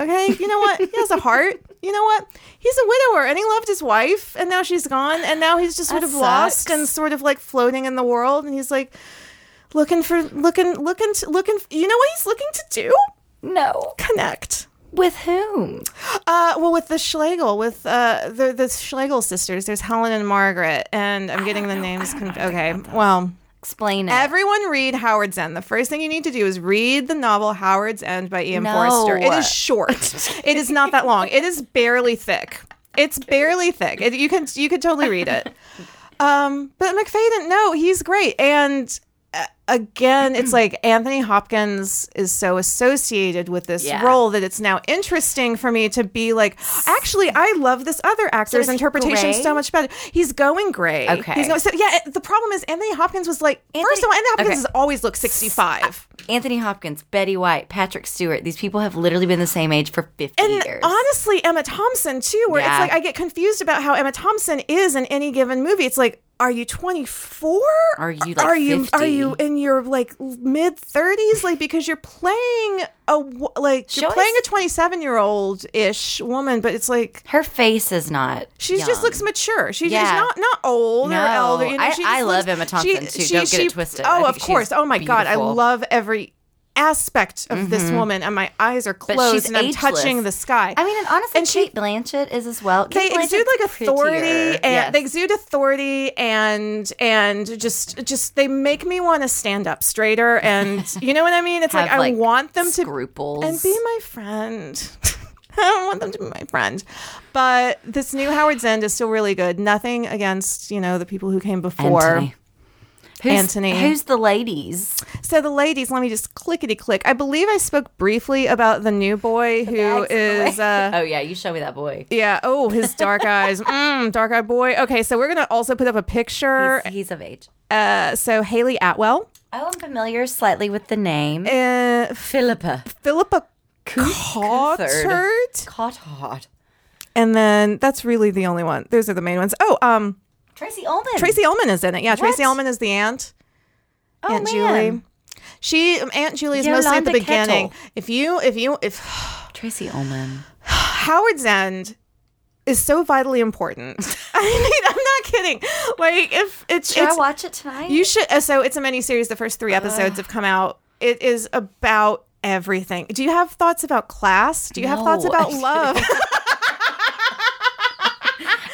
Okay, you know what? He has a heart. You know what? He's a widower and he loved his wife and now she's gone and now he's just sort
That
of lost
sucks.
and sort of like floating in the world and he's like looking for looking looking to, looking you know what he's looking to do?
No.
Connect.
With whom?
Uh, well, with the Schlegel, with uh, the the Schlegel sisters, there's Helen and Margaret, and I'm getting the names. Conf- okay, well,
Explain it.
Everyone read Howard's End. The first thing you need to do is read the novel Howard's End by Ian
No.
Forster. It is short. it is not that long. It is barely thick. It's barely thick. It- you can you could totally read it. Um, but McFadden, no, he's great. And uh, again, it's like Anthony Hopkins is so associated with this
Yeah.
role that it's now interesting for me to be like, actually, I love this other actor's
is he
interpretation
gray?
so much better. He's going gray.
Okay.
He's going, so yeah, it- the problem is Anthony Hopkins was like first of all, Anthony Hopkins
okay.
has always looked sixty five.
Anthony Hopkins, Betty White, Patrick Stewart. These people have literally been the same age for 50
And
years.
honestly, Emma Thompson too, where
Yeah.
it's like I get confused about how Emma Thompson is in any given movie. It's like, are you twenty four?
Are you, like,
are you are
50?
you in your like mid thirties? Like because you're playing a wo- like
Show
you're playing
us-
a twenty seven year old ish woman, but it's like
Her face is not.
She just
young.
looks mature. She,
Yeah.
She's not not old or
No,
elder. You know,
I-
she
I
just
love Emma Thompson, too. Don't get it twisted. I
Oh,
think
of
she's
course. Oh my god, I
beautiful. Mm-hmm.
love every aspect of this woman, and my eyes are
But
closed,
she's
and I'm
ageless.
touching the sky.
I mean, and honestly,
And she-
Kate Blanchett is as well.
they
Kate Blanchett's
exude like authority,
prettier.
and
Yes.
they exude authority, and and just just they make me want to stand up straighter, and you know what I mean. It's like,
Have,
I want them to
scruples.
and be my friend. I don't want them to be my friend. But this new Howard's End is still really good. Nothing against, you know, the people who came before.
Anthony. Who's,
Anthony.
Who's the ladies?
So the ladies, let me just clickety click. I believe I spoke briefly about the new boy who is uh
Oh, yeah, you show me that boy.
yeah, oh, his dark eyes. Mm, dark eyed boy. Okay, so we're going to also put up a picture.
He's, he's of age.
Uh, so Haley Atwell,
Oh, I'm familiar slightly with the name.
uh,
Philippa.
Philippa
Cuthard.
Cottard,
Cothard.
and then that's really the only one. Those are the main ones. Oh, um,
Tracy Ullman.
Tracy Ullman is in it. Yeah, Tracy
What?
Ullman is the aunt.
oh,
aunt
man.
Julie. She Aunt Julie is mostly at the
Yolanda
beginning.
Kettle.
If you if you if
Tracy Ullman.
Howard's End is so vitally important. I mean, I'm not kidding. Like if it's,
Should I
it's
watch it tonight?
you should uh, so it's a mini series. The first three episodes have come out. It is about everything. Do you have thoughts about class? Do you have thoughts
No,
about
I
love?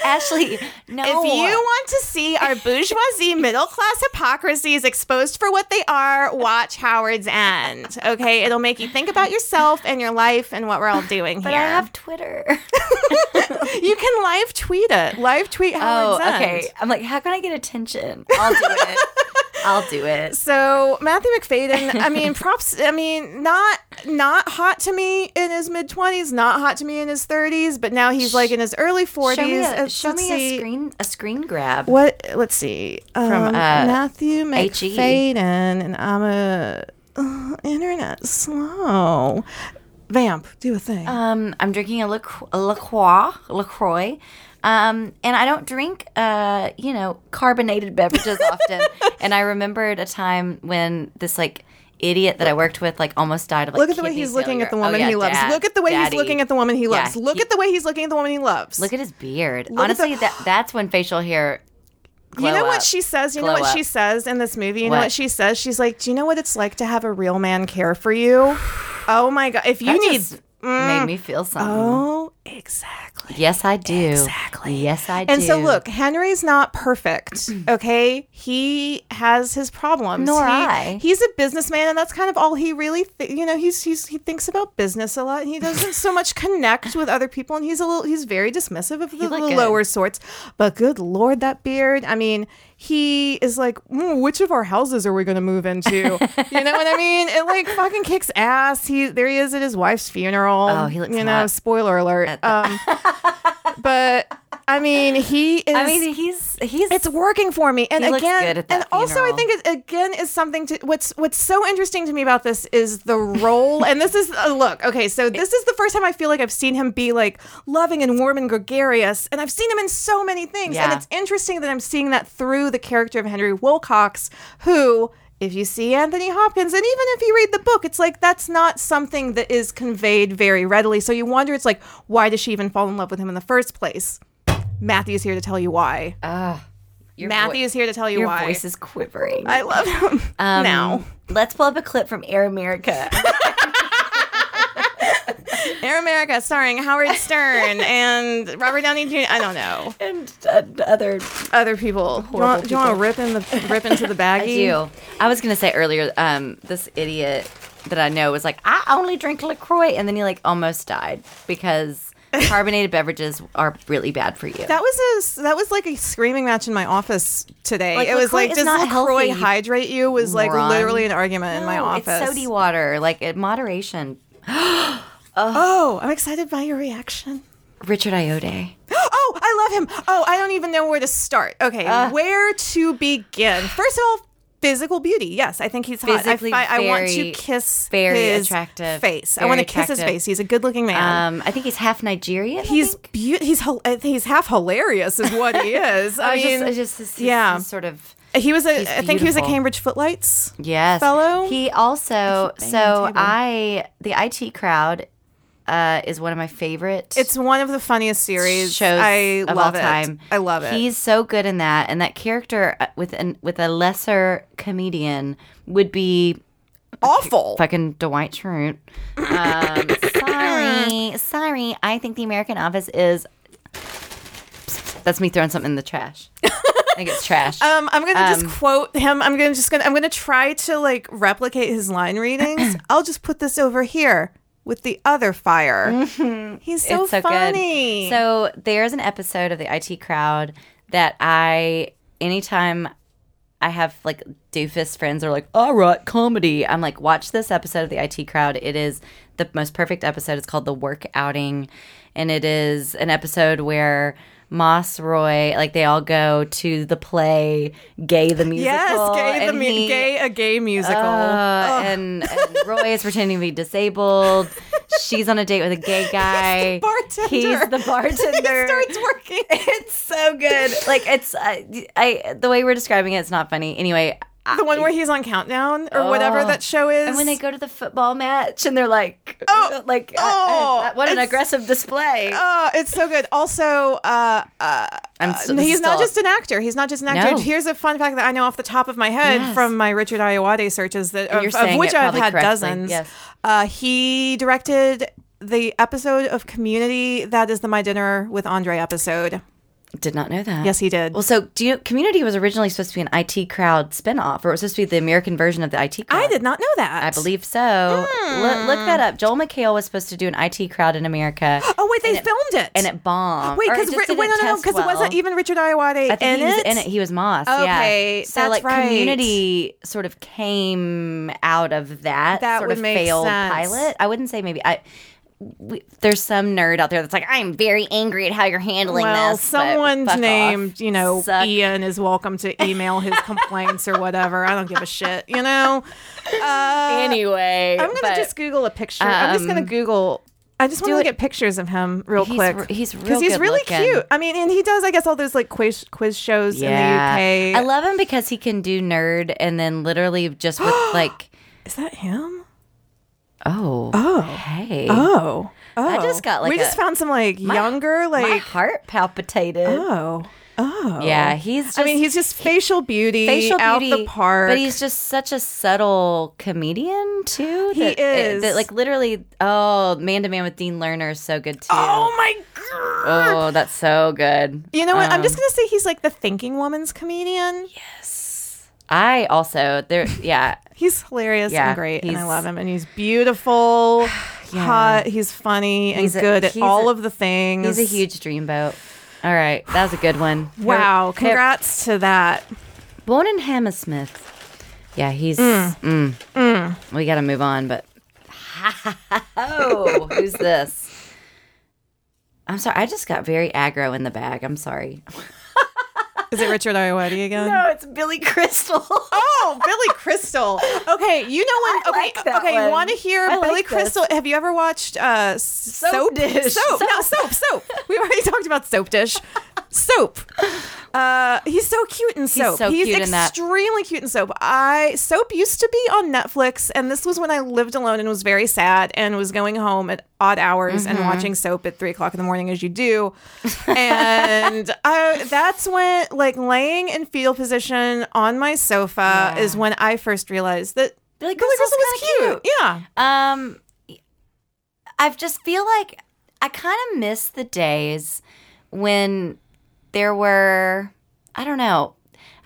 Ashley, no.
If you
Oh.
want to see our bourgeoisie middle class hypocrisies exposed for what they are, watch Howard's End. Okay, it'll make you think about yourself and your life and what we're all doing
But
here.
I have Twitter.
you can live tweet it. Live tweet
Oh,
Howard's End.
okay. I'm like, how can I get attention? I'll do it. I'll do it.
So Matthew McFadden, I mean, props. I mean, not not hot to me in his mid twenties, not hot to me in his thirties, but now he's like in his early forties.
Show me a, show me a screen a screen grab.
What? Let's see. From um,
uh, E.
Matthew
HE.
McFadden, and I'm a uh, internet slow. Vamp, do a thing.
Um, I'm drinking a, Lacro- a LaCroix, LaCroix. Um, and I don't drink, uh, you know, carbonated beverages often. and I remembered a time when this like idiot that I worked with like almost died of like
Look at the way
kidney
he's looking at the
failure. Oh,
woman
yeah,
he loves.
dad,
Look at the way
daddy.
he's looking at the woman he
Yeah,
loves. Look
he-
at the way he's looking at the woman he loves.
Look at his beard.
Look at the-
Honestly, that that's when facial hair.
you know
glow
what
up.
she says? You know
Glow
what
up.
she says in this movie? You know
What?
what she says? She's like, Do you know what it's like to have a real man care for you? Oh my God. If you
That
need.
just made
mm,
me feel something.
Oh, exactly.
Yes, I do.
Exactly.
Yes, I do.
And so, look, Henry's not perfect. Okay, he has his problems.
Nor
He-
I.
He's a businessman, and that's kind of all he really, th- you know, he's he's he thinks about business a lot, and he doesn't so much connect with other people, and he's a little, he's very dismissive of the, the
looked good.
lower sorts. But good lord, that beard! I mean, he is like, "Mm, which of our houses are we going to move into? you know what I mean? It like fucking kicks ass. He there he is at his wife's funeral.
Oh, he looks
You know,
hot.
spoiler alert. Um, but I mean, he is.
I mean, he's it's he's
it's working for me and
He
again
looks good at that
and also i
funeral.
think it again is something to what's what's so interesting to me about this is the role and this is uh, look okay so this is the first time i feel like i've seen him be like loving and warm and gregarious and i've seen him in so many things and
Yeah.
it's interesting that i'm seeing that through the character of henry wilcox who if you see Anthony Hopkins, and even if you read the book, it's like that's not something that is conveyed very readily. So you wonder, it's like, why does she even fall in love with him in the first place? Matthew's here to tell you why.
your
Matthew
voice-
is here to tell you
your
why. Um,
voice is quivering.
I love him now.
Um, Let's pull up a clip from Air America.
Air America, starring Howard Stern and Robert Downey Jr. I don't know
and uh, other
other people. Do you want, do you want to rip in the rip into the baggie?
I do. I was gonna say earlier, um, this idiot that I know was like, I only drink Lacroix, and then he like almost died because carbonated beverages are really bad for you.
That was a s- that was like a screaming match in my office today.
Like,
it was
LaCroix
like
is
does
not
Lacroix
healthy,
hydrate you? Was like
moron.
literally an argument in my
No,
office.
It's soda water, like in moderation.
oh, I'm excited by your reaction.
Richard Iode.
Oh, I love him. Oh, I don't even know where to start. Okay,
Uh.
where to begin? First of all, physical beauty. Yes, I think he's hot. I
Physically
fi- I, want to
very-
kiss
very
his
attractive,
face. I
very
want to kiss his
attractive.
face. He's a good-looking man.
Um, I think he's half Nigerian. I
he's
think.
beaut. He's hil- I think he's half hilarious, is what he is. I,
I
mean,
just, I just he's- he's
yeah.
sort of
he was
he's
a. I think he was a
beautiful.
Cambridge Footlights.
yes
fellow.
He also
banging
so
table.
I the IT crowd uh, is one of my favorite.
It's one of the funniest series.
shows
I
of
love it.
all time.
I love it.
He's so good in that, and that character uh, with an with a lesser comedian would be
awful.
fucking Dwight Schrute. Um, sorry, sorry. I think the American Office is. That's me throwing something in the trash. I think it's trash.
Um, I'm gonna
Um,
just quote him. I'm gonna just gonna I'm gonna try to like replicate his line readings. I'll just put this over here with the other fire. He's so,
Mm-hmm. it's so
funny.
good. So there's an episode of the IT crowd that I anytime I have like doofus friends are like, all right, comedy. I'm like, watch this episode of the IT crowd. It is the most perfect episode. It's called The Work Outing. And it is an episode where Moss Roy, like they all go to the play Gay the Musical.
yes, gay the
and
mu-
he-
gay a gay musical.
uh, and, and Roy is pretending to be disabled. She's on a date with a gay guy.
bartender.
He's the
he
bartender.
starts working.
it's so good. Like it's I, I the way we're describing it, it's not funny. Anyway, I,
the one where he's on countdown or whatever that show is.
Oh. and when they go to the football match and they're like, uh,
Oh,
like I-
oh,
I- what an
it's-
aggressive display.
Oh, it's so good. Also, uh,
I'm so,
No,
this is
he's not
still-
just an actor. He's not just an actor.
No.
Here's a fun fact that I know off the top of my head
Yes.
from my Richard Iowade searches that
you're
of, of
saying
which
it
I've
probably
had
correctly,
dozens.
yes.
Uh, he directed the episode of Community that is the My Dinner with Andre episode.
did not know that.
Yes, he did.
Well, so do you? Community was originally supposed to be an IT crowd spinoff, or it was supposed to be the American version of the IT crowd.
I did not know that.
I believe so. Look,
Hmm.
look that up. Joel McHale was supposed to do an IT crowd in America,
Oh wait, they filmed it.
and it bombed.
wait,
Or it
because
just
wait,
didn't
no, no, no,
test
because it wasn't
well.
even Richard Iowade
I think
in
he was
it.
in it. He was Moss.
Okay,
yeah. So
that's
like
right.
community sort of came out of that,
That
sort
would
of
make
failed
sense.
pilot. I wouldn't say maybe I. We, there's some nerd out there that's like, I'm very angry at how you're handling
Well,
this. but
someone's
fuck off.
named, you know, E
Suck.
Ian is welcome to email his complaints or whatever. I don't give a shit, you know? Uh,
Anyway,
I'm going to
but- um,
just Google a picture. I'm just going to Google. I just want to
do
look
it-
at pictures of him real
He's
quick.
re- he's
Because
real
he's
good
really
looking.
cute. I mean, and he does, I guess, all those like quiz, quiz shows in the UK.
I love him because he can do nerd and then literally just with like,
is that him?
oh,
Oh.
hey,
Oh. Oh.
I just got, like,
We
a-
just found some like younger,
my
like.
heart palpitated.
Oh. Oh.
Yeah, he's. Just,
I mean, he's just facial beauty,
facial
out
beauty,
the park.
but he's just such a subtle comedian too.
He
that,
is.
that, like literally. Oh, man to man with Dean Lerner is so good too.
Oh my god!
Oh, um, that's so good.
You know what? I'm just gonna say he's like the thinking woman's comedian.
I also there. Yeah,
He's hilarious
Yeah,
and great, and I
he's-
love him. And he's beautiful, hot. He's funny and
He's a-
good at
he's
all
a-
of the things.
he's a huge dreamboat. All right, that was a good one.
wow!
Her- her-
Congrats to that.
born in Hammersmith. Yeah, he's. mm. We got to move on, but. oh, who's this? I'm sorry. I just got very aggro in the bag. I'm sorry.
Is it Richard Ayoade again?
No, it's Billy Crystal.
Oh, Billy Crystal. Okay, you know when?
I
Okay,
like that
okay. You
one.
want to hear
I
Billy
like this.
Crystal? Have you ever watched uh, soap?
Dish.
Soap. No, soap. Soap. We already talked about soap dish. Soap. Uh, he's so cute in soap.
so cute in that.
extremely cute in soap. I soap used to be on Netflix, and this was when I lived alone and was very sad and was going home at odd hours and
Mm-hmm.
watching soap at three o'clock in the morning, as you do. And I, that's when, like, laying in fetal position on my sofa
Yeah.
is when I first realized that Billy
Billy Crystal's
Crystal was
kinda
cute. Yeah,
Um, I've just feel like I kind of miss the days when there were I don't know.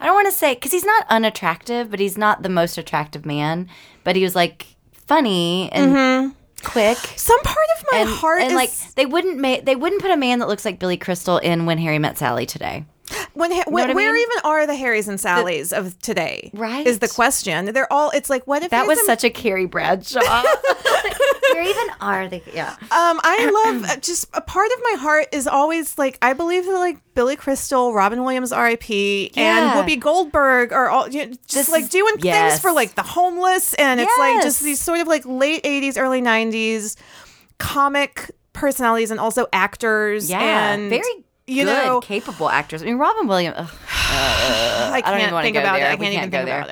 I don't want to say because he's not unattractive, but he's not the most attractive man. But he was like funny and quick.
some part of Mm-hmm. my
And,
heart
and
is
like they wouldn't make they wouldn't put a man that looks like Billy Crystal in When Harry Met Sally today.
when, ha- when
what I
where
mean?
even are the Harrys and Sallys of today?
Right.
is the question. They're all. It's like what if
That
he's
was
a-
such a Carrie Bradshaw.
there even are the yeah.
Um, I love uh, just a part of my heart is always like I believe that like Billy Crystal, Robin Williams, R.I.P.,
Yeah.
and Whoopi Goldberg are all you know, just
This
like
is-
doing
yes.
things for like the homeless, and it's like just
Yes.
these sort of like late '80s, early '90s comic personalities, and also actors.
yeah,
and
very
you
good,
know,
capable actors. I mean, Robin Williams. ugh.
I
don't even
can't
wanna
think
go
about
there.
it. I
We
can't, even
can't go
think
there.
about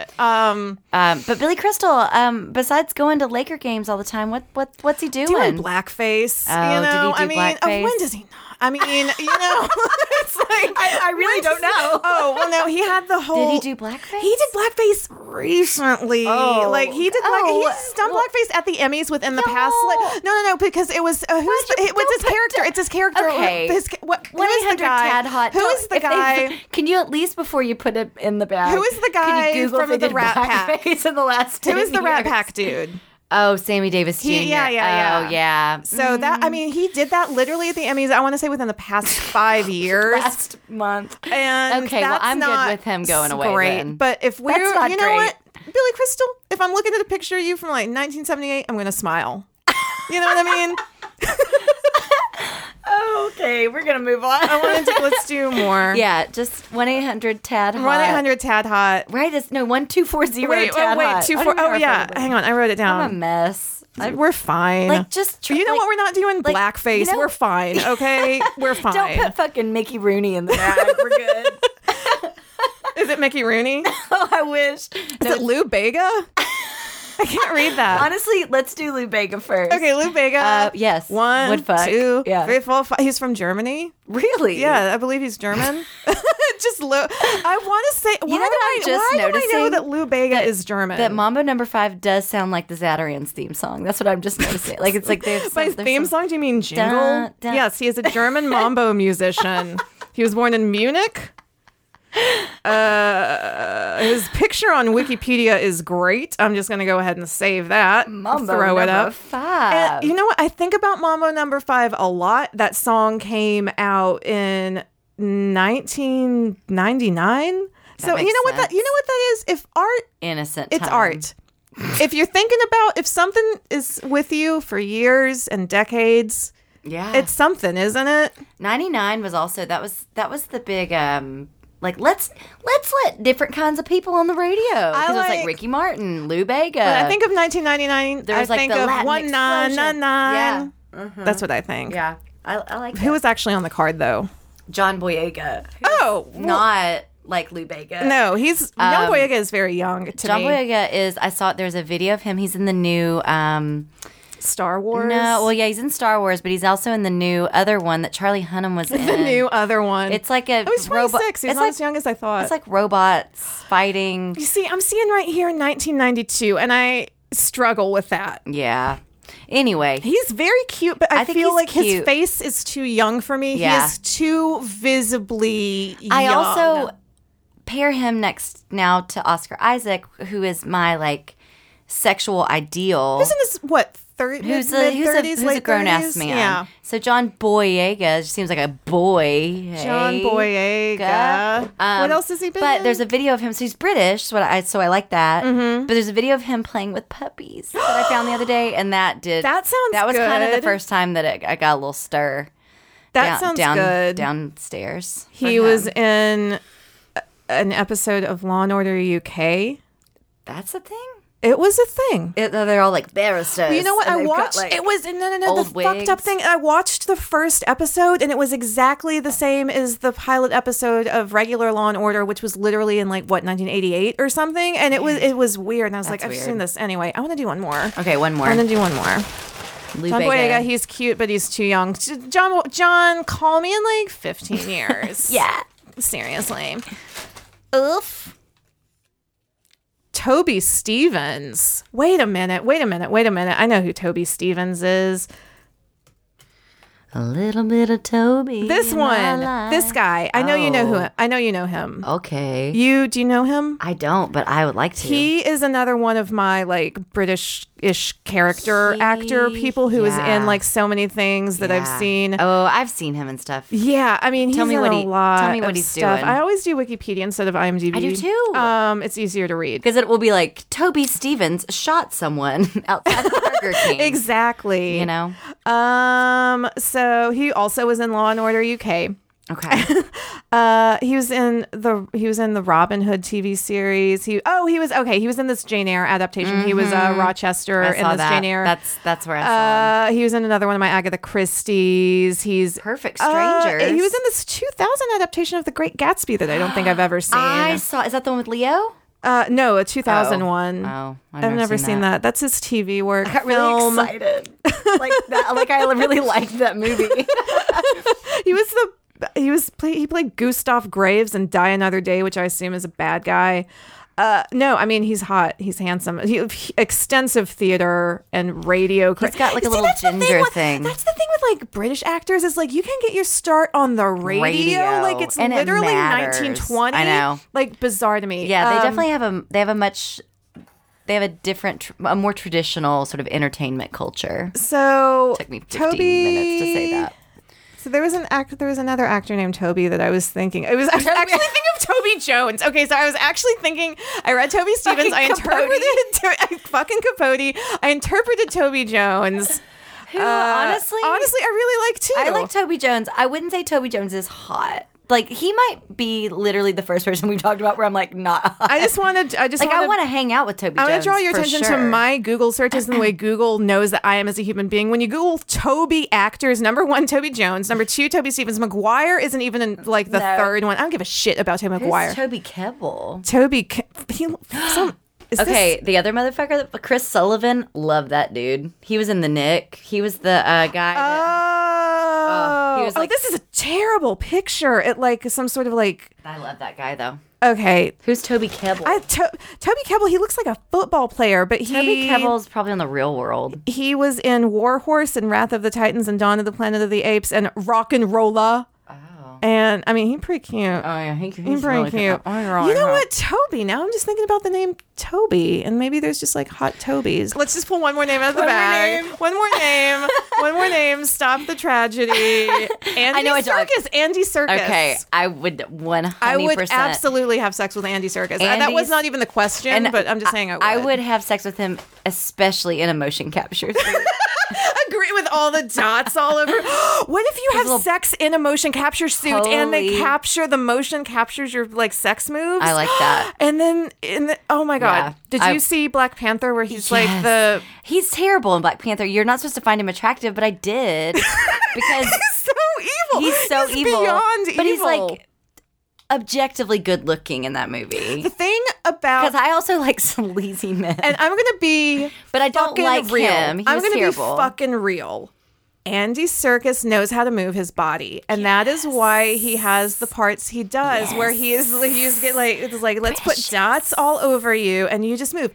it. Um,
Um, but Billy Crystal, um, besides going to Laker games all the time, what what what's he doing?
doing blackface.
Oh,
you
did he
know,
do
I mean, uh,
blackface?
when does he not? I mean, you know, it's like
I really don't know.
Oh well, no, he had the whole.
did he do blackface?
He did blackface recently.
Oh.
like he did. Black,
Oh,
he's done
well-
blackface at the Emmys within the
No.
past. Like, no, no, no, because it was uh, who's
you-
the, it- what's
don't
his
put
character?
that-
It's his character.
Okay.
His, what, who
One
is
eight
the
hundred
guy?
Tad Hot.
Who
Don't-
is the
if they-
guy?
can you at least before you put it in the bag?
Who is the guy
can you Google
from
if they
the
did
Rat Pack?
blackface in the last?
Who is
10
the Rat
years?
Pack dude?
Oh, Sammy Davis Jr.
He- yeah, yeah, yeah.
Oh, yeah.
So that
Mm.
I mean, he did that literally at the Emmys. I want to say within the past five years.
last month.
And
Okay, well,
that's
I'm good
not
with him going away
Great,
then.
but if we're,
That's not
you know
great.
what, Billy Crystal, if I'm looking at a picture of you from like 1978, I'm gonna smile. You know what I mean?
Okay, we're gonna move on.
I want to do, let's do more.
yeah, just one eight hundred Tad Hot.
one eight hundred Tad Hot.
Right? It's no one two four zero.
Wait, oh,
Tad
wait,
Hot.
two
I
four.
don't
Oh
know if
yeah,
everybody-
hang on, I wrote it
I'm a
down.
mess. I-
We're fine.
Like, just try-
you know
like-
what? We're not doing
like,
blackface.
you know-
We're fine. Okay, we're fine.
Don't put fucking Mickey Rooney in the bag. We're good.
Is it Mickey Rooney? Is
oh, I wish. No,
it Lou Bega? I can't read that.
honestly, let's do Lou Bega first.
Okay, Lou Bega.
Uh, yes.
One,
Woodfuck.
two,
Yeah.
three, four, five. He's from Germany.
Really?
Yeah, I believe he's German. Just Lou. I want to say. Why
know
do
what
I?
I'm just
why do I know
noticing?
that Lou Bega is German?
That Mambo Number Five does sound like the Zatarians theme song. That's what I'm just noticing. Like it's like there's
By
some- there's
theme
some-
song, do you mean jingle?
Dun, dun.
Yes, he is a German mambo musician. He was born in Munich. Uh, his picture on Wikipedia is great. I'm just going to go ahead and save that.
Mambo
throw
Number
it up.
Five.
And you know what? I think about Mambo Number Five a lot. That song came out in 1999. So you know
makes
what that you know what that is? If art,
Innocent.
it's
time.
art. if you're thinking about if something is with you for years and decades,
Yeah.
it's something, isn't it?
99 was also that was that was the big um like let's let's let different kinds of people on the radio. 'Cause it was like
like-
Ricky Martin, Lou Bega.
When I think of 1999.
There was,
I
like,
think
the
of
Latin
one nine nine
explosion. Hmm.
nine. That's what I think.
yeah, I, I like
Who
that.
was actually on the card though?
John Boyega.
Oh,
not like Lou Bega.
no, he's Young Boyega is very young to
Um, John
me.
Boyega is. I saw there's a video of him. He's in the new. Um,
Star Wars.
no, well, yeah, he's in Star Wars, but he's also in the new other one that Charlie Hunnam was in.
the new other one.
It's like a
I was 26.
robot.
He's
it's
not
like
as young as I thought.
it's like robots fighting.
you see, I'm seeing right here in 1992, and I struggle with that.
Yeah. Anyway,
He's very cute, but I,
I think
feel
he's
like his
cute.
face is too young for me. He
Yeah.
is too visibly young.
I also pair him next now to Oscar Isaac, who is my like sexual ideal.
Isn't this what, 30,
Who's a,
mid
who's a,
30s,
who's a
late
grown
30s?
ass man?
Yeah.
So John Boyega just seems like a boy.
John
hey?
Boyega.
Um,
what else has he been
But
in?
there's a video of him. So he's British. So I so I like that. But there's a video of him playing with puppies that I found the other day, and that did
That sounds
That was kind of the
good.
first time that it, I got a little stir.
That
down,
sounds
down,
good.
Downstairs, for
he
him.
was in an episode of Law and Order UK.
That's a thing.
It was a thing.
It, they're all like barristers.
You know what
and
I
they've got,
watched?
like-
it was no, no, no. The
old
fucked up
wigs.
thing. I watched the first episode, and it was exactly the same as the pilot episode of regular Law and Order, which was literally in like what 1988 or something. And it was it was weird. And I was like, I've
weird.
seen this anyway. I want to do one more.
Okay, one more.
I want to do one more.
Lou
John Boyega,
Bega.
he's cute, but he's too young. J- John, John, call me in like 15 years.
yeah.
seriously.
Oof.
Toby Stevens. Wait a minute. Wait a minute. Wait a minute. I know who Toby Stevens is.
A little bit of Toby.
This
in my
one.
life.
This guy. I know you know who.
Oh.
I know you know him.
Okay.
You do you know him?
I don't, but I would like to.
He is another one of my like British-ish character actor
He-
people who is
yeah.
in like so many things that I've
Yeah.
seen.
Oh, I've seen him and stuff.
Yeah, I mean, he's
Tell me
in
what
a
he-
lot.
tell me what
of
he's
stuff.
doing.
I always do Wikipedia instead of IMDb.
I do too.
Um, it's easier to read.
Because it will be like Toby Stevens shot someone outside of Burger King.
Exactly.
You know.
Um. So he also was in Law and Order UK.
Okay.
Uh, he was in the he was in the Robin Hood TV series. He oh he was okay. He was in this Jane Eyre adaptation. He was uh, Rochester
Mm-hmm. I
in
saw
this
that.
Jane Eyre.
That's that's where I saw him.
uh, he was in another one of my Agatha Christie's. He's
Perfect
uh,
Strangers.
he was in this 2000 adaptation of The Great Gatsby that I don't think I've ever seen.
I saw. Is that the one with Leo?
Uh, no, a 2001.
Oh,
I've, never, seen, that. That's his TV work.
I got really
film.
excited. like that. Like I really liked that movie.
He was the he was play, he played Gustav Graves in Die Another Day, which I assume is a bad guy. Uh, no, I mean he's hot. He's handsome. He, he- extensive theater and radio. He's
got, like, a little ginger thing.
That's the thing with like British actors is like you can get your start on the radio.
Radio,
Like it's
and it
literally
matters.
1920.
I know.
Like bizarre to me.
Yeah, they
Um,
definitely have a they have a much they have a different tr- a more traditional sort of entertainment culture.
So
Took me 15
Toby,
minutes to say that.
So there was an act. There was another actor named Toby that I was thinking. I was, I was actually thinking of Toby Jones. Okay, so I was actually thinking. I read Toby Stevens.
Fucking
I interpreted I fucking Capote. I interpreted Toby Jones.
Who
honestly, Uh, honestly, I really like too.
I like Toby Jones. I wouldn't say Toby Jones is hot. Like he might be literally the first person we've talked about where I'm like not. Hot.
I just wanted. I just
like I
wanted-
want to hang out with Toby.
I'm going
Jones
to draw your
for
attention to
sure.
my Google searches and the way Google knows that I am as a human being. When you Google Toby actors, number one, Toby Jones. Number two, Toby Stevens. McGuire isn't even in like the
No.
third one. I don't give a shit about Toby
Who's
McGuire.
Toby Kebble.
Toby, K- he, some, is this-
Okay, the other motherfucker, that- Chris Sullivan. Love that dude. He was in the Nick. He was the uh, guy. that,
Oh,
he was
oh,
like-
this is a terrible picture. It like some sort of like
I love that guy though.
okay.
Who's Toby Kebble?
I to- Toby Kebbell, he looks like a football player, but he
Toby Kebble's probably on the Real World.
he was in War Horse and Wrath of the Titans and Dawn of the Planet of the Apes and Rock and Rolla.
Oh.
And I mean, he's pretty cute.
Oh yeah, he, he's,
he's pretty
really
cute.
Good.
you know what, Toby? Now I'm just thinking about the name Toby, and maybe there's just like hot Tobys. Let's just pull one more name out of the bag. One more name. one more name. Stop the tragedy. Andy
know a dog.
Circus. Andy Circus.
Okay, I would one
I
hundred
would
percent.
absolutely have sex with Andy Circus. Uh, that
Andy's-
was not even the question, but I'm just saying I would.
I would have sex with him, especially in a motion capture. suit.
agree with all the dots all over. what if you have
little-
sex in a motion capture suit and they
Holy-
capture the motion captures your like sex moves?
I like that.
And then in the oh my god,
Yeah.
did
I-
you see Black Panther where he's like
Yes.
the
He's terrible in Black Panther. You're not supposed to find him attractive, but I did because
so evil.
he's so evil.
beyond
but he's
evil.
like objectively good looking in that movie.
the thing about
Because I also like some lazy men.
and I'm gonna be
But I don't
fucking
like
real.
him. He
I'm
was
gonna
terrible.
be fucking real. Andy Circus knows how to move his body, and that is why he has the parts he does, where he is he's get like it's like let's put dots all over you, and you just move.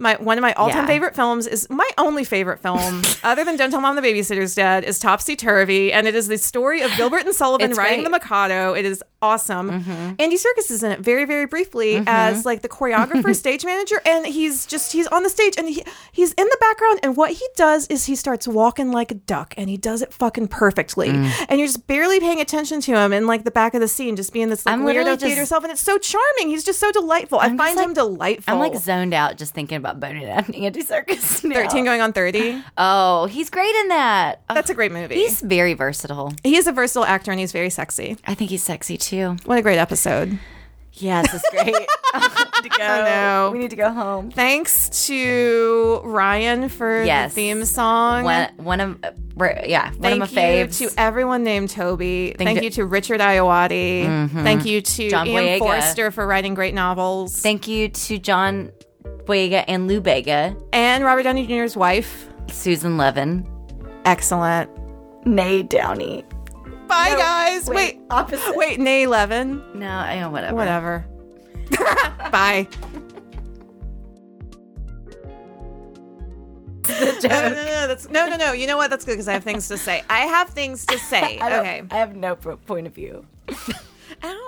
My one of my all time
Yeah.
favorite films is my only favorite film, other than Don't Tell Mom the Babysitter's Dead, is Topsy Turvy, and it is the story of Gilbert and Sullivan
It's
riding
great. Mm-hmm.
the Mikado. It is awesome. Andy Circus is in it very, very briefly as like the choreographer, stage manager, and he's just he's on the stage and he he's in the background. And what he does is he starts walking like a duck, and he does it fucking perfectly.
Mm.
And you're just barely paying attention to him in like the back of the scene, just being this like
I'm literally
weirdo
just-
theater self, and it's so charming. He's just so delightful. i
just,
find
like-
him delightful.
I'm like zoned out just thinking about boning out Andy Circus.
thirteen going on thirty.
Oh, he's great in that. Oh,
That's a great movie.
he's very versatile.
he is a versatile actor and he's very sexy.
I think he's sexy too.
What a great episode.
Yeah, this is great.
I know.
Oh, we need to go home.
Thanks to Ryan for
Yes.
the theme song.
One, one of, uh, we're- yeah, one of
Thank
my
you
faves.
to everyone named Toby. Thank,
to-
you to Richard Iowati. Thank you to
Mm-hmm. John
Ian
Boyega.
Forster for writing great novels.
Thank you to John Boyega and Lou Bega,
and Robert Downey Jr.'s wife.
Susan Levin.
Excellent.
May Downey.
Bye, guys. Wait.
Opposite.
Wait, Nay Levin.
No, I know, whatever.
Whatever. Bye. No, no, no, that's, no, no, no. You know what? That's good because I have things to say. I have things to say.
I don't-
okay.
I have no pro- point of view.
Ow.